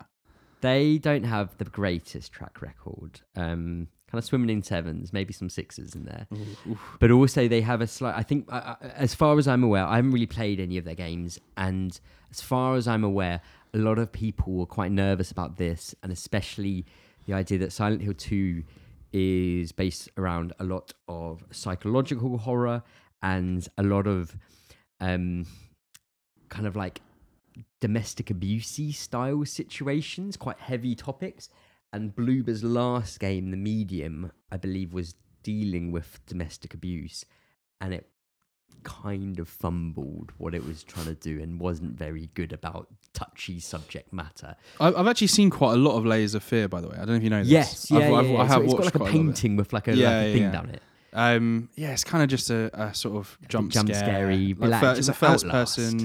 S1: they don't have the greatest track record. Um, kind of swimming in sevens, maybe some sixes in there, but also they have a slight. I think, I, I, as far as I'm aware, I haven't really played any of their games, and as far as I'm aware, a lot of people were quite nervous about this, and especially the idea that Silent Hill Two is based around a lot of psychological horror and a lot of um, kind of like domestic abusey style situations, quite heavy topics. And Bloober's last game, The Medium, I believe, was dealing with domestic abuse, and it kind of fumbled what it was trying to do and wasn't very good about touchy subject matter.
S2: I, I've actually seen quite a lot of Layers of Fear, by the way. I don't know if you know this.
S1: Yes, yeah,
S2: I've,
S1: yeah,
S2: I've,
S1: yeah. so
S2: I have
S1: it's
S2: watched
S1: got like a
S2: quite lot of it.
S1: painting with like a, like
S2: Yeah,
S1: a
S2: yeah,
S1: thing
S2: yeah.
S1: down it.
S2: Um, yeah, it's kind of just a, a sort of jump,
S1: jump
S2: scare.
S1: scary,
S2: Like
S1: like,
S2: fir-
S1: do
S2: it's
S1: you
S2: a first
S1: Outlast?
S2: person.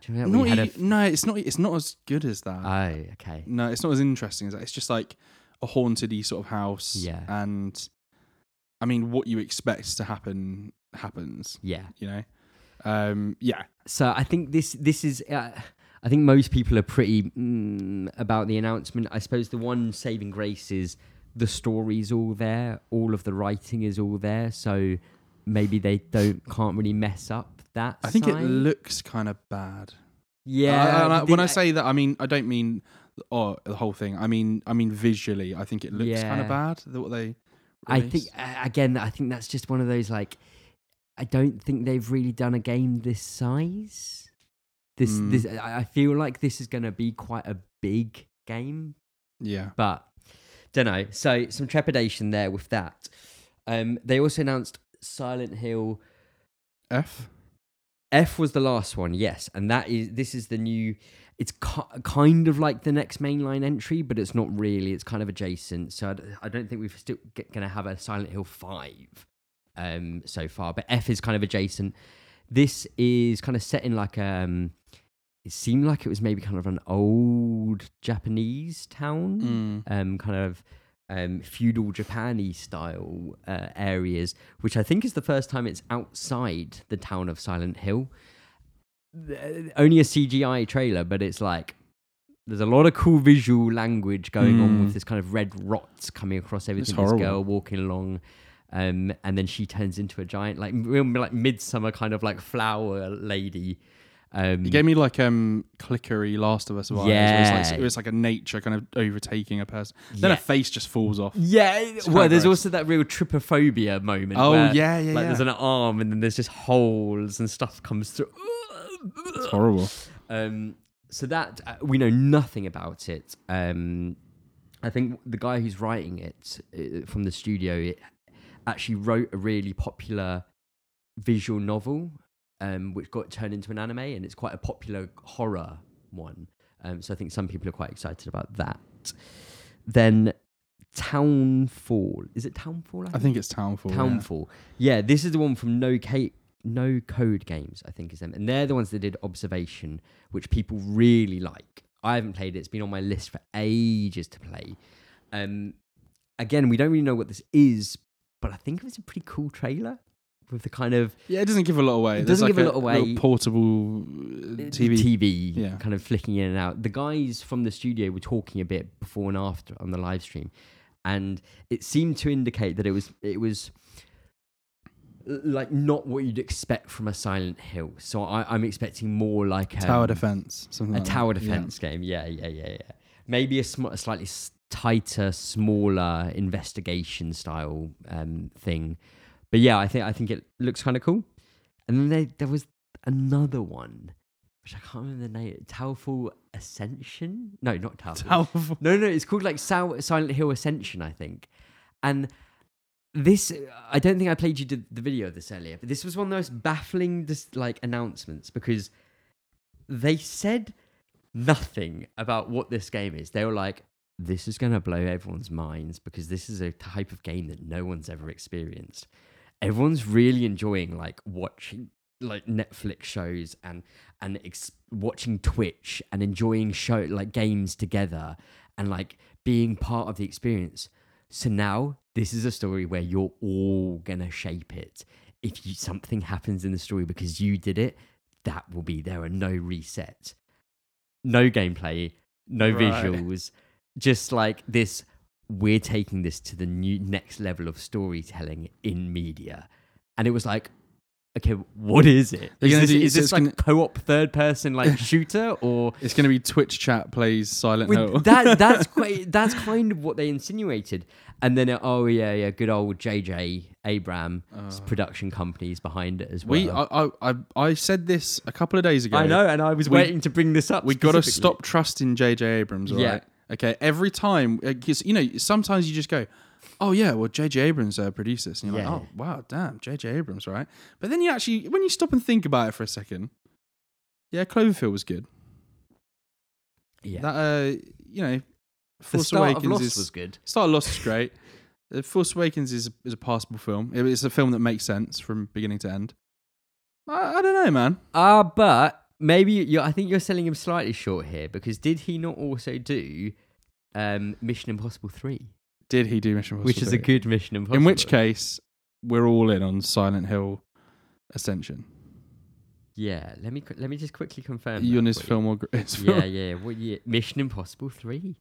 S1: Do you remember
S2: Not
S1: we had
S2: e-
S1: a f-
S2: no, it's not. It's not as good as that.
S1: oh, okay.
S2: no, it's not as interesting as that. It's just like a hauntedy sort of house.
S1: Yeah.
S2: and I mean, what you expect to happen happens.
S1: Yeah.
S2: You know. Um, yeah,
S1: so I think this this is. Uh, I think most people are pretty mm, about the announcement. I suppose the one saving grace is the story's all there, all of the writing is all there, so maybe they don't can't really mess up that.
S2: I think it
S1: side.
S2: looks kind of bad.
S1: yeah.
S2: I- I- I- when I
S1: think-
S2: say that, I mean I don't mean oh the whole thing. I mean I mean visually, I think it looks kind
S1: Yeah.
S2: of bad. the- What they,
S1: I
S2: released.
S1: think uh, again, I think that's just one of those like, I don't think they've really done a game this size. This
S2: Mm.
S1: this I I feel like this is going to be quite a big game
S2: yeah.
S1: but don't know. So some trepidation there with that. Um, they also announced Silent Hill
S2: F.
S1: F was the last one, yes, and that is this is the new. It's ki- kind of like the next mainline entry, but it's not really. It's kind of adjacent. So I d- I don't think we're still g- going to have a Silent Hill Five um, so far, but F is kind of adjacent. This is kind of set in like um, it seemed like it was maybe kind of an old Japanese town
S2: Mm.
S1: um, kind of um, feudal Japani style uh, areas, which I think is the first time it's outside the town of Silent Hill. Th- Only a CGI trailer, but it's like there's a lot of cool visual language going on
S2: Mm.
S1: with this kind of red rot coming across everything. This
S2: horrible.
S1: girl walking along. Um, and then she turns into a giant, like real, like midsummer kind of like flower lady. Um,
S2: It gave me like um clickery Last of Us vibes. It was
S1: Yeah.
S2: like, it was like a nature kind of overtaking a person. Then
S1: Yeah.
S2: a face just falls off.
S1: Yeah, well,
S2: quite
S1: there's
S2: gross.
S1: also that real trypophobia moment.
S2: Oh,
S1: where,
S2: yeah, yeah,
S1: Like there's
S2: yeah.
S1: an arm, and then there's just holes and stuff comes through.
S2: It's horrible.
S1: Um, so that uh, we know nothing about it. Um, I think the guy who's writing it uh, from the studio it actually wrote a really popular visual novel, um, which got turned into an anime, and it's quite a popular horror one. Um, so I think some people are quite excited about that. Then Townfall is it Townfall?
S2: I think it's Townfall. yeah.
S1: Townfall. Yeah. this is the one from No Ca- No Code Games, I think is them, and they're the ones that did Observation, which people really like. I haven't played it; it's been on my list for ages to play. Um, again, we don't really know what this is, but I think it was a pretty cool trailer with the kind of
S2: Yeah, it doesn't give a lot away.
S1: It
S2: There's
S1: doesn't
S2: like
S1: give a lot
S2: little
S1: away.
S2: Portable uh, TV.
S1: TV
S2: Yeah.
S1: kind of flicking in and out. The guys from the studio were talking a bit before and after on the live stream, and it seemed to indicate that it was it was l- like not what you'd expect from a Silent Hill. So I, I'm expecting more like um,
S2: Tower defense. Something
S1: a
S2: like that.
S1: tower
S2: Yeah.
S1: defense game. Yeah, yeah, yeah, yeah. Maybe a, sm- a slightly s- tighter, smaller investigation style um, thing. But yeah, I think I think it looks kind of cool. And then they, there was another one, which I can't remember the name. Towerfall Ascension? No, not Towerfall.
S2: Towerfall.
S1: No, no, it's called like Sil- Silent Hill Ascension, I think. And this I don't think I played you the the video of this earlier, but this was one of the most baffling dis- like announcements because they said nothing about what this game is. They were like, "This is going to blow everyone's minds because this is a type of game that no one's ever experienced." Everyone's really enjoying like watching like Netflix shows and and ex- watching Twitch and enjoying show like games together and like being part of the experience. So now this is a story where you're all gonna shape it. If you, something happens in the story because you did it, that will be there are no resets, no gameplay, no
S2: Right.
S1: visuals, just like this. We're taking this to the new next level of storytelling in media, and it was like, okay, what is it?
S2: They're
S1: Is
S2: gonna
S1: this,
S2: do-
S1: is
S2: so
S1: this
S2: it's
S1: like
S2: gonna-
S1: co-op third person like shooter or
S2: It's going to be Twitch chat plays Silent
S1: with
S2: Hill.
S1: that that's quite that's kind of what they insinuated and then uh, oh yeah yeah good old jj abram production companies behind it as well
S2: Uh, we, I, I, I, I said this a couple of days ago.
S1: I know and i was
S2: We-
S1: waiting to bring this up
S2: We got to
S1: specifically.
S2: stop trusting J.J. Abrams, all right?
S1: Yeah.
S2: Okay, every time, because, you know, sometimes you just go, oh, yeah, well, J.J. Abrams uh, produced this. And you're
S1: Yeah.
S2: like, oh, wow, damn, J.J. Abrams, right? But then you actually, when you stop and think about it for a second, yeah, Cloverfield was good.
S1: yeah
S2: That, uh, you know,
S1: the
S2: Force
S1: start of
S2: Awakens
S1: lost
S2: is.
S1: was good
S2: Star Lost is great. The Force Awakens is is a passable film. It- It's a film that makes sense from beginning to end. I, I don't know, man.
S1: ah but maybe you i think you're selling him slightly short here because did he not also do um mission impossible 3
S2: Did he do Mission Impossible?
S1: which is a
S2: 3?
S1: good mission impossible
S2: In which case, we're all in on Silent Hill Ascension.
S1: yeah let me qu- let me just quickly confirm
S2: You
S1: that
S2: and his
S1: for you.
S2: film, or gr- his film.
S1: yeah, yeah. What year? Mission Impossible Three.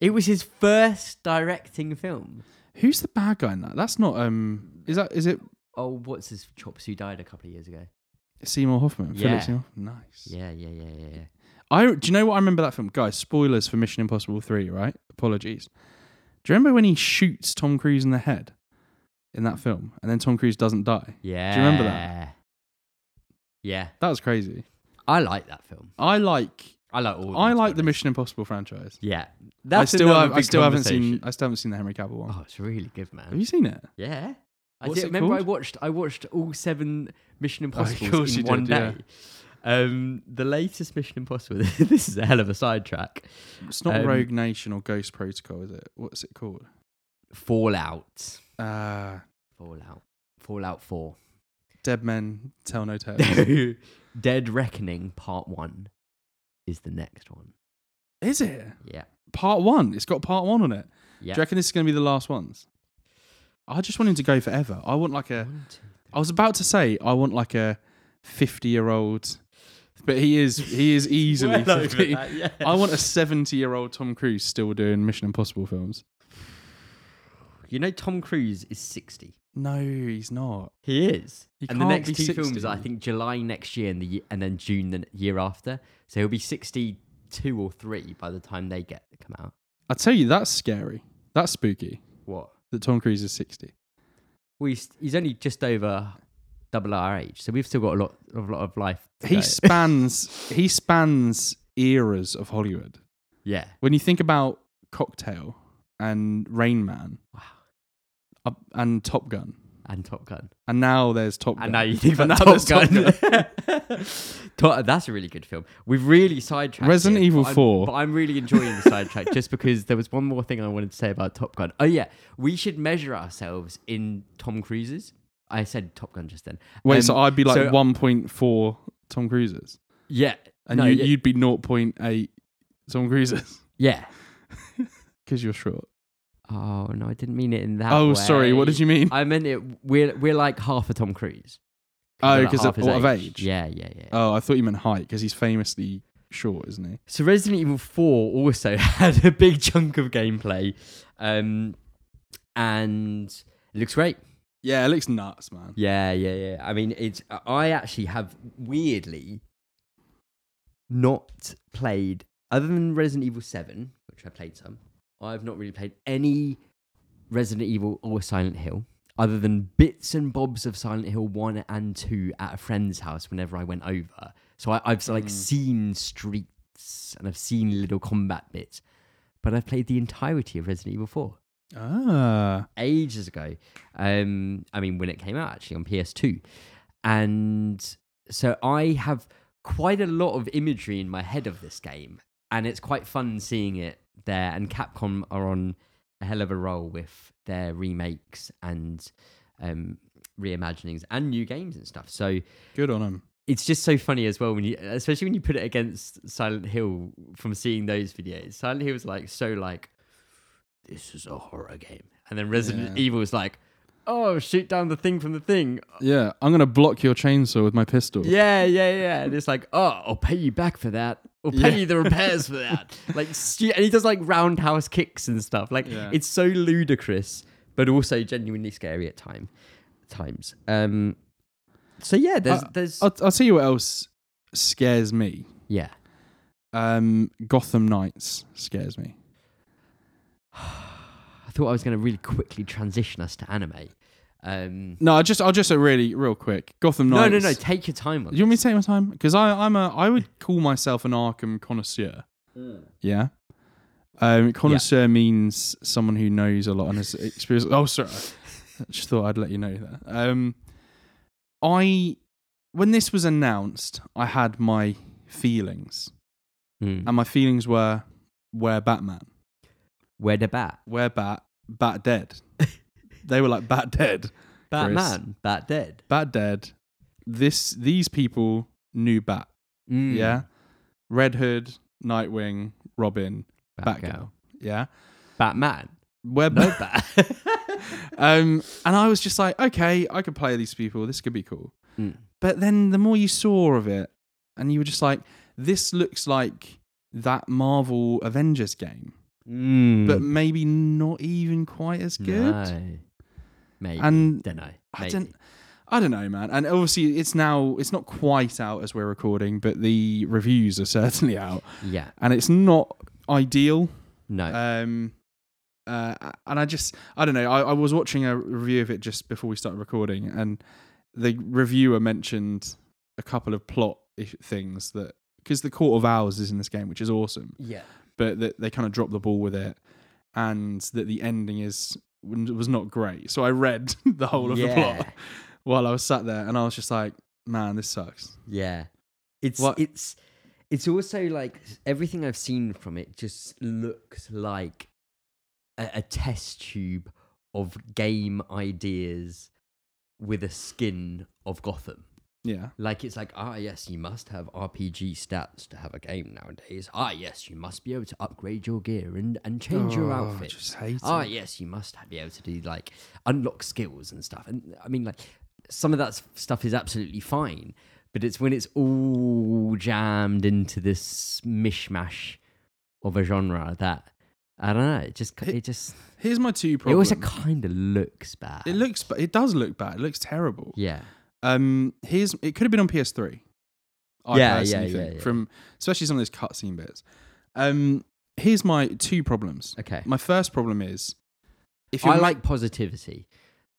S1: It was his first directing film.
S2: Who's the bad guy in that? That's not um. Is that is it
S1: Oh, what's his chops? Who died a couple of years ago?
S2: Seymour Hoffman?
S1: Yeah.
S2: Philip Seymour. Nice.
S1: Yeah, yeah, yeah, yeah. yeah.
S2: I do you know what I remember that film, guys? Spoilers for Mission Impossible Three, right? Apologies. Do you remember when he shoots Tom Cruise in the head in that film, and then Tom Cruise doesn't die?
S1: Yeah.
S2: remember
S1: that? Yeah,
S2: That was crazy.
S1: I like that film.
S2: I like
S1: I like all. of
S2: I
S1: them, to
S2: like
S1: be
S2: the
S1: honest.
S2: Mission Impossible franchise.
S1: Yeah,
S2: I
S1: that's
S2: still
S1: another
S2: have, I
S1: big
S2: still haven't seen
S1: conversation.
S2: I still haven't seen the Henry Cavill one.
S1: Oh, it's really good,
S2: Have
S1: man.
S2: you seen it?
S1: Yeah. I
S2: What's
S1: did,
S2: it
S1: remember I
S2: called? Oh,
S1: watched I watched all seven Mission
S2: course
S1: Impossible
S2: you
S1: in
S2: did,
S1: one
S2: yeah.
S1: day. Um, the latest Mission Impossible. this is a hell of a sidetrack.
S2: It's not
S1: Um,
S2: Rogue Nation or Ghost Protocol, is it? What's it called?
S1: Fallout.
S2: Uh
S1: Fallout. Fallout 4.
S2: Dead Men Tell No Tales.
S1: Dead Reckoning Part 1 is the next one.
S2: is it?
S1: Yeah.
S2: Part one. It's got part one on it.
S1: Yeah.
S2: Do you reckon this is going to be the last ones? I just want him to go forever. I want like a.
S1: One, two,
S2: I was about to say I want like a fifty-year-old, but he is he is easily
S1: Well over
S2: fifty.
S1: that, yeah.
S2: I want a seventy-year-old Tom Cruise still doing Mission Impossible films.
S1: You know Tom Cruise is 60.
S2: No, he's not.
S1: He is.
S2: He
S1: and the
S2: can't
S1: next
S2: be
S1: two films
S2: 60.
S1: are, I think July next year and the ye- and then June the n- year after. So he'll be 62 or 3 by the time they get come out.
S2: I tell you, that's scary. That's spooky.
S1: What?
S2: That Tom Cruise is sixty.
S1: Well, he's, he's only just over double our age. So we've still got a lot of lot of life. to
S2: He
S1: go.
S2: spans he spans eras of Hollywood.
S1: yeah.
S2: When you think about Cocktail and Rain Man,
S1: Wow.
S2: up- and Top Gun.
S1: And Top Gun.
S2: And now there's Top Gun.
S1: And now you think about
S2: now
S1: Top Gun.
S2: there's
S1: Top- that's a really good film. We've really sidetracked.
S2: Resident
S1: it,
S2: Evil
S1: but I'm-
S2: 4.
S1: but I'm really enjoying the sidetrack just because there was one more thing I wanted to say about Top Gun. Oh yeah, we should measure ourselves in Tom Cruise's. I said Top Gun just then.
S2: Wait,
S1: Um,
S2: so I'd be like
S1: so-
S2: 1.4 Tom Cruises,
S1: yeah,
S2: and
S1: no,
S2: you,
S1: yeah,
S2: you'd be 0.8 Tom Cruises
S1: yeah.
S2: because you're short.
S1: Oh no, I didn't mean it in that.
S2: oh, sorry. What
S1: way.
S2: did you mean?
S1: I meant it. We're we're like half a Tom Cruise.
S2: Oh,
S1: We're like
S2: because
S1: half
S2: of,
S1: his
S2: what, of age.
S1: Yeah, yeah, yeah.
S2: Oh, I thought you meant height because he's famously short, isn't he?
S1: So Resident Evil 4 also had a big chunk of gameplay. Um and it looks great.
S2: Yeah, it looks nuts, man.
S1: Yeah, yeah, yeah. I mean, it's I actually have weirdly not played other than Resident Evil 7, which I played some. I've not really played any Resident Evil or Silent Hill other than bits and bobs of Silent Hill 1 and 2 at a friend's house whenever I went over. So I, I've like seen streets and I've seen little combat bits, but I've played the entirety of Resident Evil 4.
S2: Ah.
S1: ages ago. Um, I mean, when it came out actually on PS2, and so I have quite a lot of imagery in my head of this game, and it's quite fun seeing it there. And Capcom are on a hell of a roll with their remakes and um, reimaginings and new games and stuff. So
S2: Good on him.
S1: it's just so funny as well when you especially when you put it against Silent Hill from seeing those videos. Silent Hill was like so like this is a horror game. And then Resident
S2: Yeah.
S1: Evil was like, oh shoot down the thing from the thing.
S2: Yeah, I'm gonna block your chainsaw with my pistol.
S1: Yeah, yeah, yeah. And it's like, oh, I'll pay you back for that. I'll pay
S2: Yeah.
S1: you the repairs for that. Like stu- and he does like roundhouse kicks and stuff. Like
S2: Yeah.
S1: it's so ludicrous, but also genuinely scary at time times. Um so yeah, there's there's
S2: I'll, I'll tell you what else scares me.
S1: yeah.
S2: Um, Gotham Knights scares me.
S1: I thought I was going to really quickly transition us to anime. Um,
S2: No, I just I'll just uh, really real quick. Gotham
S1: no,
S2: Knights.
S1: no, no. Take your time on
S2: You want me to take my time? Because I I'm a I would call myself an Arkham connoisseur. Yeah. Um, connoisseur means someone who knows a lot and has experience. Oh, sorry. I just thought I'd let you know that. Um, I when this was announced, I had my feelings,
S1: this. Mm.
S2: and my feelings were, where Batman,
S1: Where the bat?
S2: where Bat, Bat dead. they were like Bat dead,
S1: Batman. Bat dead.
S2: Bat dead. This these people knew Bat.
S1: Mm.
S2: Yeah. Red Hood, Nightwing, Robin, Batgirl. Yeah.
S1: Batman.
S2: Where
S1: No bat.
S2: um and I was just like, okay, I could play these people. This could be cool.
S1: Mm.
S2: But then the more you saw of it and you were just like, this looks like that Marvel Avengers game,
S1: Mm.
S2: but maybe not even quite as good.
S1: No. Maybe.
S2: And
S1: don't know. Maybe.
S2: I don't I don't know, man. And obviously it's now it's not quite out as we're recording, but the reviews are certainly out.
S1: Yeah.
S2: And it's not ideal.
S1: No.
S2: Um, uh, and I just, I don't know. I, I was watching a review of it just before we started recording, and the reviewer mentioned a couple of plot ish- things that because the Court of Owls is in this game, which is awesome,
S1: yeah.
S2: but that they kind of dropped the ball with it, and that the ending is was not great. So I read the whole of the plot
S1: Yeah.
S2: while I was sat there, and I was just like, man, this sucks.
S1: Yeah. It's
S2: What-
S1: it's it's also like everything I've seen from it just looks like a, a test tube of game ideas with a skin of Gotham.
S2: Yeah,
S1: Like it's like, ah yes, you must have RPG stats to have a game nowadays. Ah yes, you must be able to upgrade your gear and, and change your
S2: Oh, I
S1: outfit.
S2: just hate it.
S1: Ah, yes, you must be able to do like unlock skills and stuff. And I mean, like some of that s- stuff is absolutely fine, but it's when it's all jammed into this mishmash of a genre that I don't know. It just ki- it just
S2: Here's my two
S1: it
S2: problems.
S1: also kind of looks bad.
S2: It looks, ba- it does look bad. It looks terrible.
S1: yeah,
S2: Um, here's it could have been on PS3. I
S1: Yeah,
S2: personally
S1: yeah, yeah,
S2: think,
S1: yeah.
S2: From especially some of those cutscene bits. Um, here's my two problems.
S1: okay.
S2: My first problem is if you
S1: I like positivity.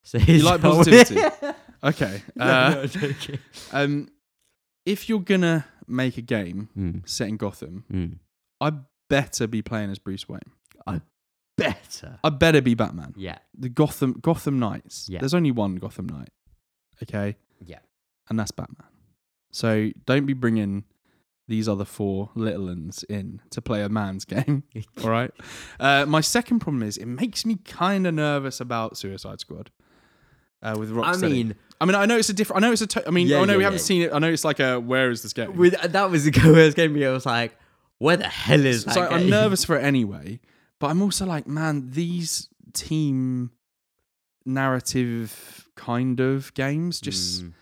S1: So you
S2: like positivity? okay.
S1: no,
S2: Uh,
S1: no, I'm joking.
S2: Um, if you're gonna make a game
S1: Mm,
S2: set in Gotham,
S1: mm.
S2: I better be playing as Bruce Wayne.
S1: Better.
S2: I better be Batman.
S1: Yeah,
S2: The Gotham Gotham Knights.
S1: Yeah.
S2: There's only one Gotham Knight. Okay.
S1: yeah,
S2: and that's Batman. So don't be bringing these other four little uns in to play a man's game. All right. Uh, my second problem is it makes me kind of nervous about Suicide Squad. Uh, with
S1: I
S2: Rocksteady.
S1: mean,
S2: I mean, I know it's a different. I know it's a. To- I mean,
S1: Yeah,
S2: I know
S1: yeah,
S2: we haven't
S1: yeah.
S2: seen it. I know it's like a. Where is this game?
S1: with uh, that was the worst game. I was like, where the hell is that?
S2: so I'm
S1: game?
S2: nervous for it anyway, but I'm also like, man, these team narrative kind of games just
S1: Mm,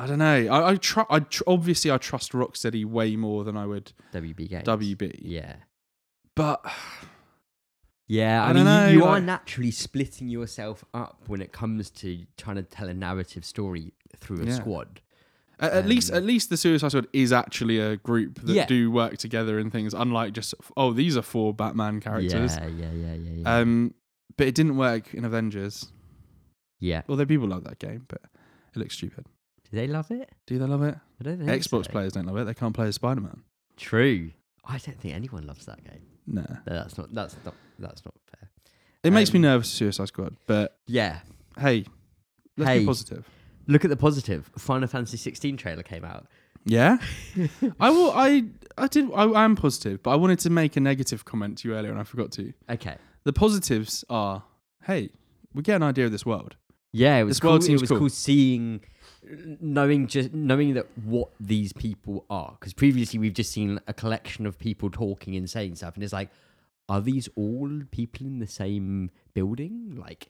S2: I don't know. I, I, tr- I tr- obviously I trust Rocksteady way more than I would
S1: WB games.
S2: WB.
S1: Yeah.
S2: But
S1: Yeah, I,
S2: I
S1: mean,
S2: don't know,
S1: you, you are
S2: like-
S1: naturally splitting yourself up when it comes to trying to tell a narrative story through a
S2: Yeah.
S1: squad.
S2: a- at, least
S1: Um,
S2: at least the Suicide Squad is actually a group that
S1: Yeah.
S2: do work together and things. Unlike just oh these are four Batman characters.
S1: Yeah, yeah, yeah, yeah, yeah.
S2: Um, but it didn't work in Avengers.
S1: yeah.
S2: Although people love that game, but it looks stupid.
S1: Do they love it?
S2: Do they love it?
S1: I don't think
S2: Xbox
S1: so.
S2: players don't love it. They can't play as Spider Man.
S1: True. I don't think anyone loves that game.
S2: Nah.
S1: No, that's not. That's not. That's not fair.
S2: It makes me
S1: Um,
S2: nervous, Suicide Squad, but
S1: Yeah.
S2: hey, let's
S1: Hey.
S2: be positive.
S1: Look at the positive. Final Fantasy 16 trailer came out.
S2: Yeah, I will. I I did. I am positive, but I wanted to make a negative comment to you earlier, and I forgot to.
S1: Okay.
S2: The positives are, hey, we get an idea of this world.
S1: Yeah, it was
S2: This world
S1: cool. It
S2: seems
S1: was
S2: cool.
S1: cool, seeing, knowing just knowing that what these people are. Because previously we've just seen a collection of people talking and saying stuff, and it's like, are these all people in the same building? Like,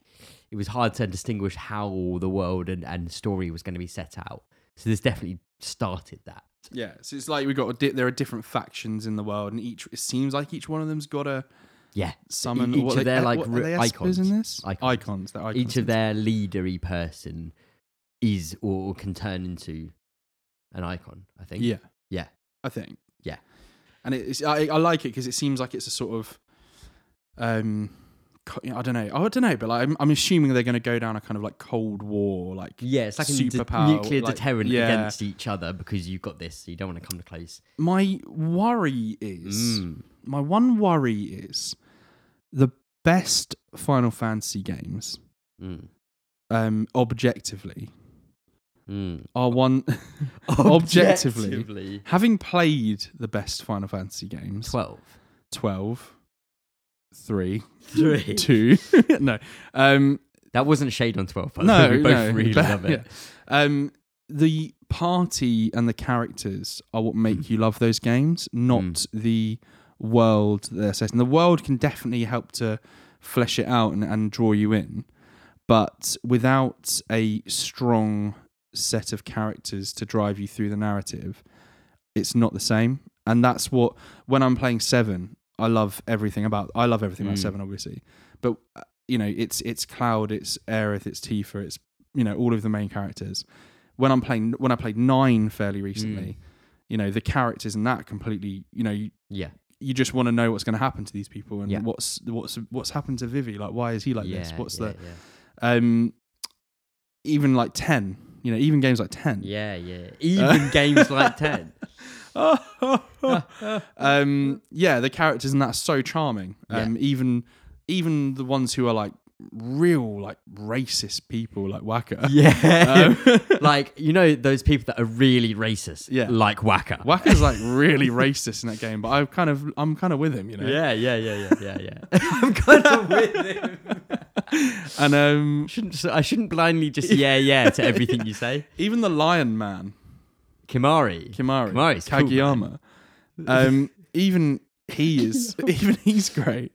S1: it was hard to distinguish how the world and and story was going to be set out. So this definitely started that.
S2: Yeah, so it's like we got a di- there are different factions in the world, and each it seems like each one of them's got a
S1: Yeah,
S2: summon
S1: E- each
S2: what are
S1: of
S2: they-
S1: their,
S2: uh,
S1: like,
S2: what, are
S1: re-
S2: they espers in this
S1: icons.
S2: icons. they're icons.
S1: each of their leadery person is or, or can turn into an icon. I think.
S2: yeah
S1: Yeah.
S2: I think
S1: Yeah.
S2: and it's I, I like it because it seems like it's a sort of um co- I don't know I don't know but like I'm, I'm assuming they're going to go down a kind of like Cold War like
S1: Yeah, it's like a de-
S2: superpower,
S1: nuclear
S2: like-
S1: deterrent
S2: yeah.
S1: against each other because you've got this, so you don't want to come to close.
S2: my worry is
S1: Mm.
S2: my one worry is the best Final Fantasy games
S1: Mm.
S2: um objectively
S1: Mm.
S2: are one Objectively. having played the best Final Fantasy games
S1: 12.
S2: 12 3
S1: Three.
S2: 2 no um
S1: That wasn't shade on 12, but
S2: no
S1: we both
S2: no,
S1: really
S2: but-
S1: love it.
S2: yeah. um the party and the characters are what make you love those games not
S1: Mm.
S2: the world that they're set in the world can definitely help to flesh it out and, and draw you in but without a strong set of characters to drive you through the narrative it's not the same and that's what when i'm playing 7 i love everything about i love everything about
S1: Mm.
S2: 7 obviously but uh, you know it's it's cloud it's aerith it's tifa it's you know all of the main characters when i'm playing when i played 9 fairly
S1: Mm.
S2: recently you know the characters in that completely you know you,
S1: Yeah.
S2: you just want to know what's going to happen to these people and
S1: Yeah.
S2: what's what's what's happened to vivi like why is he like
S1: yeah,
S2: this what's
S1: yeah,
S2: the um even like 10 you know even games like 10
S1: Yeah, yeah. yeah. Even games like 10.
S2: um yeah the characters in that are so charming um even even the ones who are like real like racist people like Wacker
S1: Yeah.
S2: um,
S1: like, you know, those people that are really racist.
S2: Yeah.
S1: Like Wacker.
S2: Wacker's like really racist in that game but I kind of I'm kind of with him you know
S1: Yeah, yeah, yeah, yeah, yeah, yeah. I'm kind of with him.
S2: and um
S1: Shouldn't, I shouldn't blindly just yeah, yeah to everything you say.
S2: even the lion man
S1: Kimari.
S2: Kimari
S1: Kimari's cool,
S2: Kageyama um even he is even he's great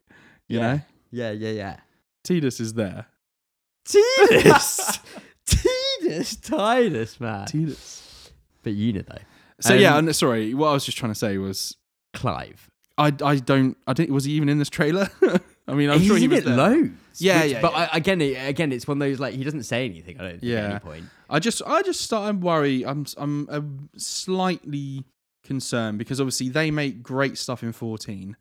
S2: you
S1: Yeah.
S2: know
S1: Yeah, yeah, yeah.
S2: Tidus is there
S1: Tidus! Tidus, Tidus, man.
S2: Tidus
S1: But you know, though.
S2: so
S1: Um,
S2: yeah and sorry what I was just trying to say was
S1: Clive.
S2: I, I don't I didn't was he even in this trailer? I mean I'm
S1: He's
S2: sure he
S1: in
S2: was
S1: it
S2: there.
S1: loads.
S2: Yeah,
S1: which-
S2: yeah,
S1: But
S2: yeah.
S1: I, again, it, again, it's one of those like he doesn't say anything. I don't think at
S2: Yeah.
S1: any point.
S2: I just I just start I'm worried. I'm I'm um, slightly concerned because obviously they make great stuff in 14,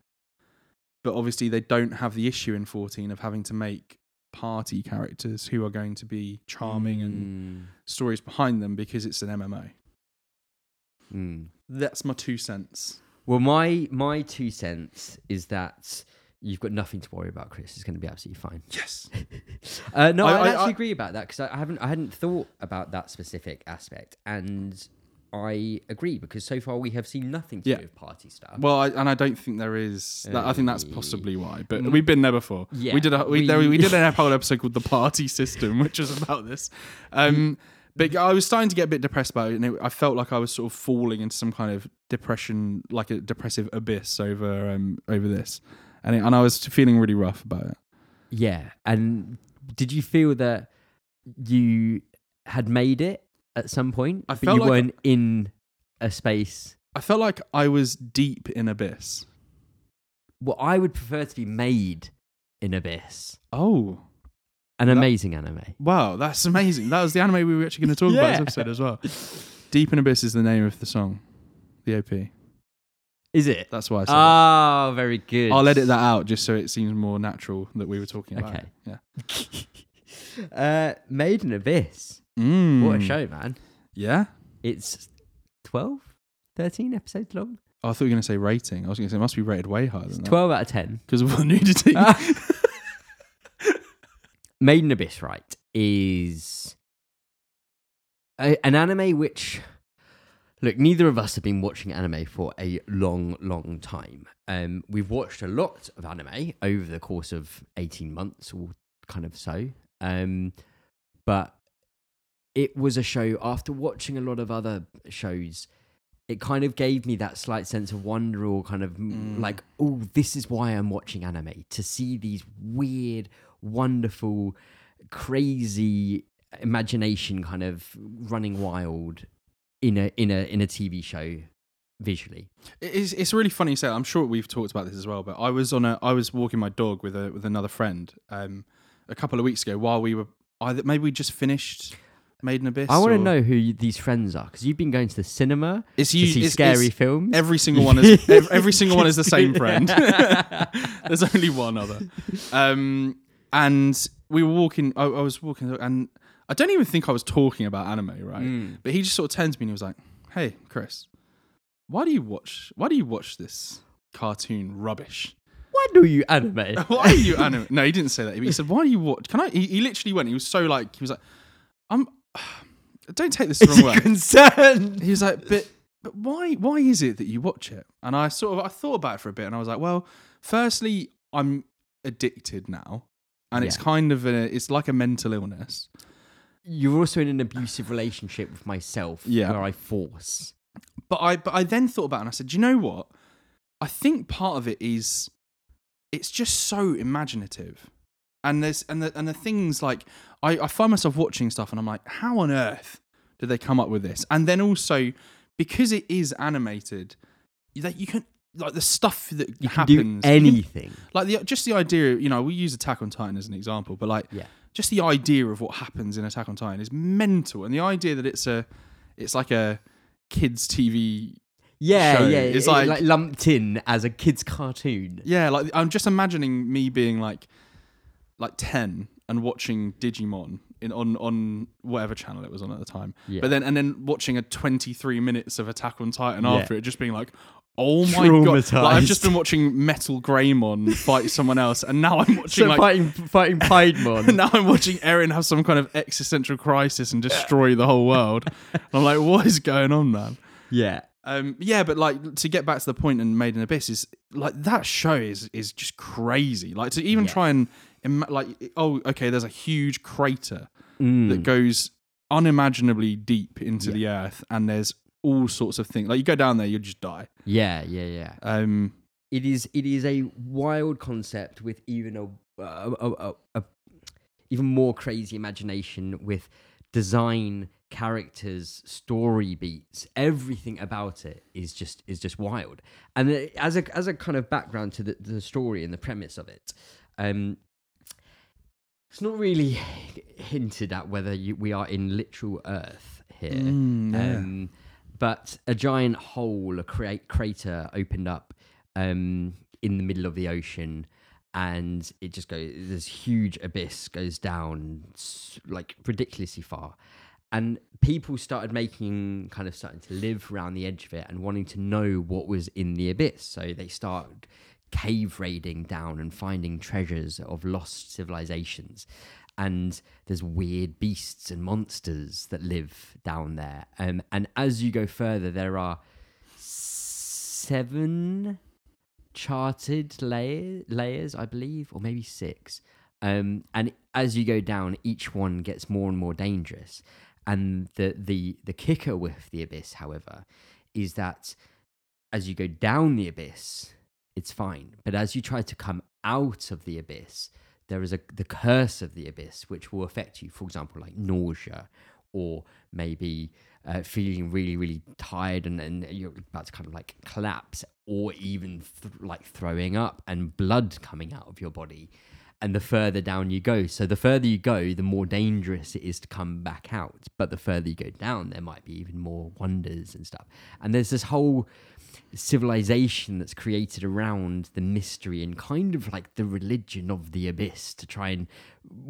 S2: but obviously they don't have the issue in 14 of having to make party characters who are going to be charming and stories behind them because it's an MMO.
S1: Mm. Mm.
S2: That's my two cents.
S1: Well, my my two cents is that you've got nothing to worry about, Chris. It's going to be absolutely fine.
S2: Yes.
S1: Uh, no,
S2: I-
S1: I,
S2: I-
S1: actually
S2: I-
S1: agree about that because I, I haven't I hadn't thought about that specific aspect, and I agree because so far we have seen nothing to
S2: Yeah.
S1: do with party stuff.
S2: Well, I, and I don't think there is. That, I think that's possibly why. But we've been there before.
S1: Yeah,
S2: we did a Mm. we,
S1: we-
S2: there, we did an whole episode called the Party System, which was about this. Um, but I was starting to get a bit depressed about it, and it, I felt like I was sort of falling into some kind of depression, like a depressive abyss over um over this, and it, and I was feeling really rough about it.
S1: Yeah. And did you feel that you had made it at some point?
S2: I
S1: but
S2: felt
S1: you
S2: like-
S1: weren't in a space.
S2: I felt like I was deep in abyss.
S1: Well, I would prefer to be made in Abyss.
S2: Oh
S1: An
S2: That-
S1: amazing anime.
S2: wow, that's amazing! That was the anime we were actually going to talk about this
S1: Yeah.
S2: episode as well. Deep in abyss is the name of the song, the OP.
S1: Is it?
S2: That's why I said it.
S1: Ah, very good.
S2: I'll edit that out just so it seems more natural that we were talking about.
S1: Okay.
S2: It.
S1: uh, made in Abyss.
S2: Yeah. Mm.
S1: What a show, man.
S2: Yeah.
S1: It's 12, 13 episodes long.
S2: Oh, I thought you were going to say rating. I was going to say it must be rated way higher
S1: It's
S2: than that
S1: 12 out of 10.
S2: because of the nudity.
S1: Maiden Abyss, right, is a, an anime which, look, neither of us have been watching anime for a long, long time. Um, we've watched a lot of anime over the course of 18 months or kind of so. Um, but it was a show, after watching a lot of other shows, it kind of gave me that slight sense of wonder or kind of mm. like, oh, this is why I'm watching anime to see these weird, wonderful, crazy imagination kind of running wild in a in a in a TV show visually.
S2: It's it's really funny you say. That. I'm sure we've talked about this as well, but I was on a I was walking my dog with a with another friend um a couple of weeks ago while we were either maybe we just finished Maiden Abyss.
S1: I want
S2: or...
S1: to know who you, these friends are because you've been going to the cinema
S2: It's
S1: to
S2: you-
S1: see
S2: it's-
S1: scary
S2: it's
S1: films.
S2: Every single one is ev- every single one is the same friend. There's only one other. Um, and we were walking. I, I was walking, and I don't even think I was talking about anime, right? But he just sort of turned to me and he was like, "Hey, Chris, why do you watch? Why do you watch this cartoon rubbish?
S1: Why do you anime?
S2: Why are you anime?" no, he didn't say that. But he said, "Why do you watch? Can I?" He, he literally went. He was so like, he was like, "I'm." Don't take this the
S1: It's
S2: wrong
S1: a
S2: way
S1: concern.
S2: he was like, but but why why is it that you watch it? And I sort of I thought about it for a bit, and I was like, well, firstly, I'm addicted now, and it's
S1: Yeah.
S2: kind of a it's like a mental illness.
S1: You're also in an abusive relationship with myself,
S2: Yeah.
S1: where I force.
S2: But I but I then thought about it, and I said, Do you know what? I think part of it is it's just so imaginative. And there's and the and the things like I, I find myself watching stuff and I'm like, how on earth did they come up with this? And then also because it is animated, that you can like the stuff that
S1: You can
S2: happens
S1: do anything.
S2: like the just the idea you know we use attack on titan as an example but like
S1: Yeah.
S2: just the idea of what happens in attack on titan is mental and the idea that it's a it's like a kids tv
S1: Yeah,
S2: show.
S1: yeah.
S2: It's
S1: It's
S2: like-
S1: like, lumped in as a kids' cartoon.
S2: yeah like i'm just imagining me being like like 10 and watching digimon in on on whatever channel it was on at the time
S1: Yeah.
S2: but then and then watching a 23 minutes of attack on titan
S1: Yeah.
S2: after it just being like Oh my god! Like, I've
S1: Traumatised.
S2: just been watching Metal Greymon fight someone else, and now I'm watching
S1: So
S2: like
S1: fighting, fighting Piedmon.
S2: now I'm watching Erin have some kind of existential crisis and destroy the whole world. I'm like, what is going on, man?
S1: Yeah,
S2: Um, yeah, but like to get back to the point and Made in Abyss is like that show is is just crazy. Like to even
S1: Yeah.
S2: try and Im- like oh okay, there's a huge crater that goes unimaginably deep into the earth, and there's all sorts of things. Like you go down there, you'll just die.
S1: yeah, yeah, yeah.
S2: Um,
S1: It is, it is a wild concept with even a, a, a, a, a even more crazy imagination with design, characters, story beats. Everything about it is just is just wild. And it- as a as a kind of background to the, the story and the premise of it, um, it's not really hinted at whether you, we are in literal Earth here. um, but a giant hole, a cra- crater opened up um, in the middle of the ocean, and it just goes. This huge abyss goes down s- like ridiculously far, and people started making kind of starting to live around the edge of it and wanting to know what was in the abyss. So they started cave raiding down and finding treasures of lost civilizations. And there's weird beasts and monsters that live down there. Um, and as you go further, there are seven charted layer, layers, I believe, or maybe six. Um, and as you go down, each one gets more and more dangerous. And the the the kicker with the abyss, however, is that as you go down the abyss, it's fine. But as you try to come out of the abyss, there is a the curse of the abyss, which will affect you. For example, like nausea, or maybe uh, feeling really, really tired and, and you're about to kind of like collapse, or even th- like throwing up and blood coming out of your body. And the further down you go, so the further you go, the more dangerous it is to come back out. But the further you go down, there might be even more wonders and stuff. And there's this whole civilization that's created around the mystery and kind of like the religion of the abyss to try and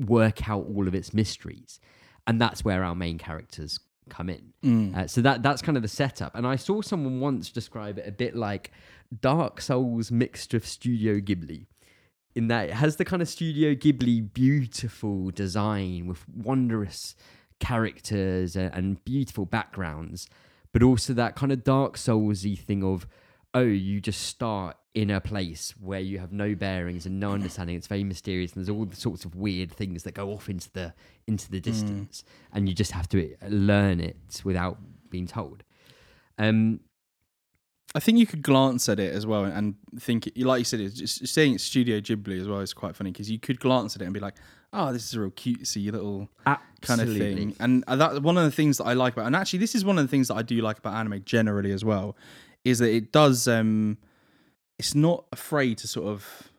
S1: work out all of its mysteries and that's where our main characters come in Uh, so that that's kind of the setup and i saw someone once describe it a bit like dark souls mixed with studio ghibli in that it has the kind of Studio Ghibli beautiful design with wondrous characters and, and beautiful backgrounds, but also that kind of Dark Soulsy thing of oh, you just start in a place where you have no bearings and no understanding. It's very mysterious, and there's all the sorts of weird things that go off into the into
S2: Mm.
S1: the distance, and you just have to uh, learn it without being told. Um,
S2: I think you could glance at it as well and think, like you said, it's just saying it's Studio Ghibli as well is quite funny because you could glance at it and be like, oh, this is a real cutesy little kind of
S1: absolutely.
S2: thing. And that one of the things that I like about, and actually, this is one of the things that I do like about anime generally as well, is that it does, um, it's not afraid to sort of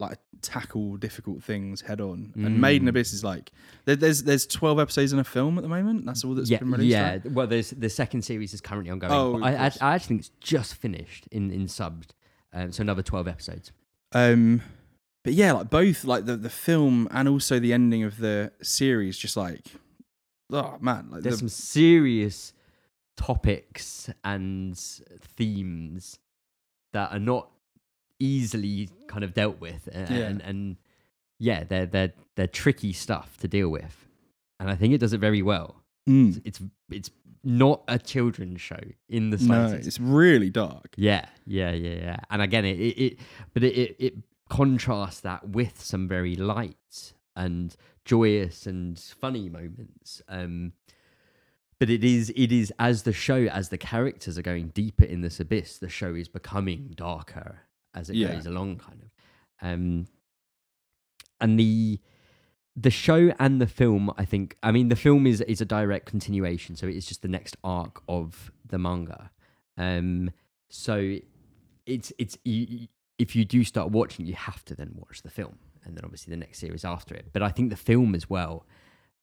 S2: like tackle difficult things head on. And Maiden
S1: Mm.
S2: Abyss is like, there, there's there's twelve episodes in a film at the moment. That's all that's
S1: yeah,
S2: been released.
S1: yeah.
S2: right?
S1: Well, there's the second series is currently ongoing.
S2: Oh,
S1: but
S2: of
S1: I, I,
S2: course.
S1: I actually think it's just finished in in subbed, um, so another twelve episodes.
S2: Um, but yeah, like both, like the the film and also the ending of the series, just like, oh man, like
S1: There's some
S2: the,
S1: serious topics and themes that are not easily kind of dealt with, and
S2: Yeah.
S1: and, and yeah, they're they're they're tricky stuff to deal with, and I think it does it very well.
S2: Mm,
S1: It's it's not a children's show in the
S2: no,
S1: slightest.
S2: it's really dark.
S1: Yeah, yeah, yeah, yeah. And again, it, it, it but it, it, it contrasts that with some very light and joyous and funny moments. Um, but it is, it is as the show, as the characters are going deeper in this abyss, the show is becoming darker as it
S2: Yeah.
S1: goes along, kind of. Um, and the the show and the film, I think. I mean, the film is is a direct continuation, so it is just the next arc of the manga. Um, so it's it's you, you- if you do start watching, you have to then watch the film, and then obviously the next series after it. But I think the film as well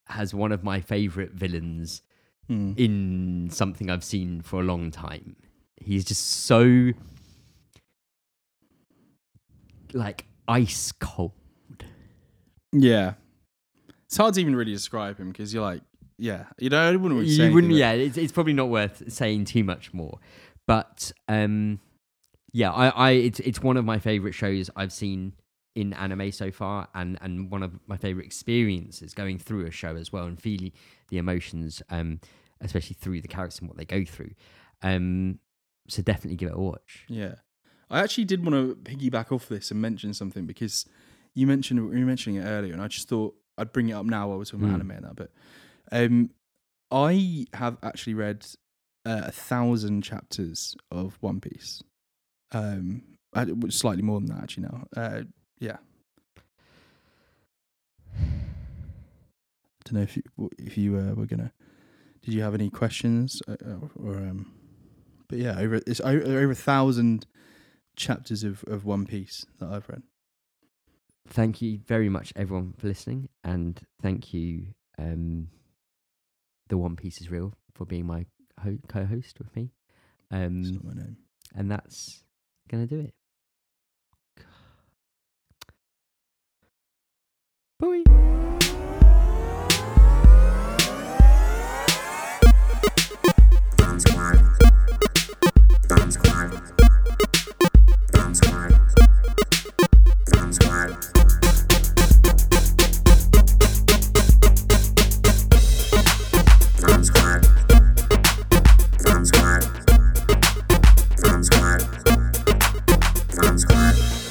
S1: has one of my favorite villains
S2: Mm.
S1: in something I've seen for a long time. He's just so like ice cold.
S2: Yeah, it's hard to even really describe him because you're like, yeah, you know, I wouldn't really say
S1: you wouldn't
S2: anything,
S1: yeah it's, it's probably not worth saying too much more but um yeah i i it's, it's one of my favorite shows i've seen in anime so far and and one of my favorite experiences going through a show as well and feeling the emotions um especially through the characters and what they go through um so definitely give it a watch
S2: but- Yeah, I actually did want to piggyback off this and mention something because you mentioned you were mentioning it earlier, and I just thought I'd bring it up now while we're talking about
S1: Mm.
S2: anime and that. But um, I have actually read uh, a thousand chapters of One Piece. Um, I, slightly more than that actually now. Uh, yeah. don't know if you if you uh, were gonna. Did you have any questions uh, uh, or um? But yeah, over it's o- over a thousand chapters of, of One Piece that I've read.
S1: thank you very much everyone for listening and thank you um the one piece is real for being my ho- co-host with me um
S2: It's not my name.
S1: And that's going to do it. Bye.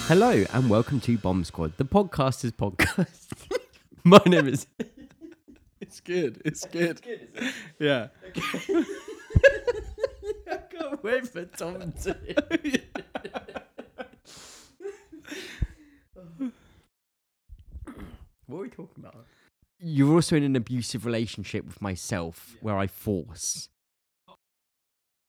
S1: Hello and welcome to Bomb Squad, the podcaster's podcast. My name is.
S2: It's good. It's good. Yeah.
S1: I can't wait for Tom to. what are we talking about? You're also in an abusive relationship with myself where I force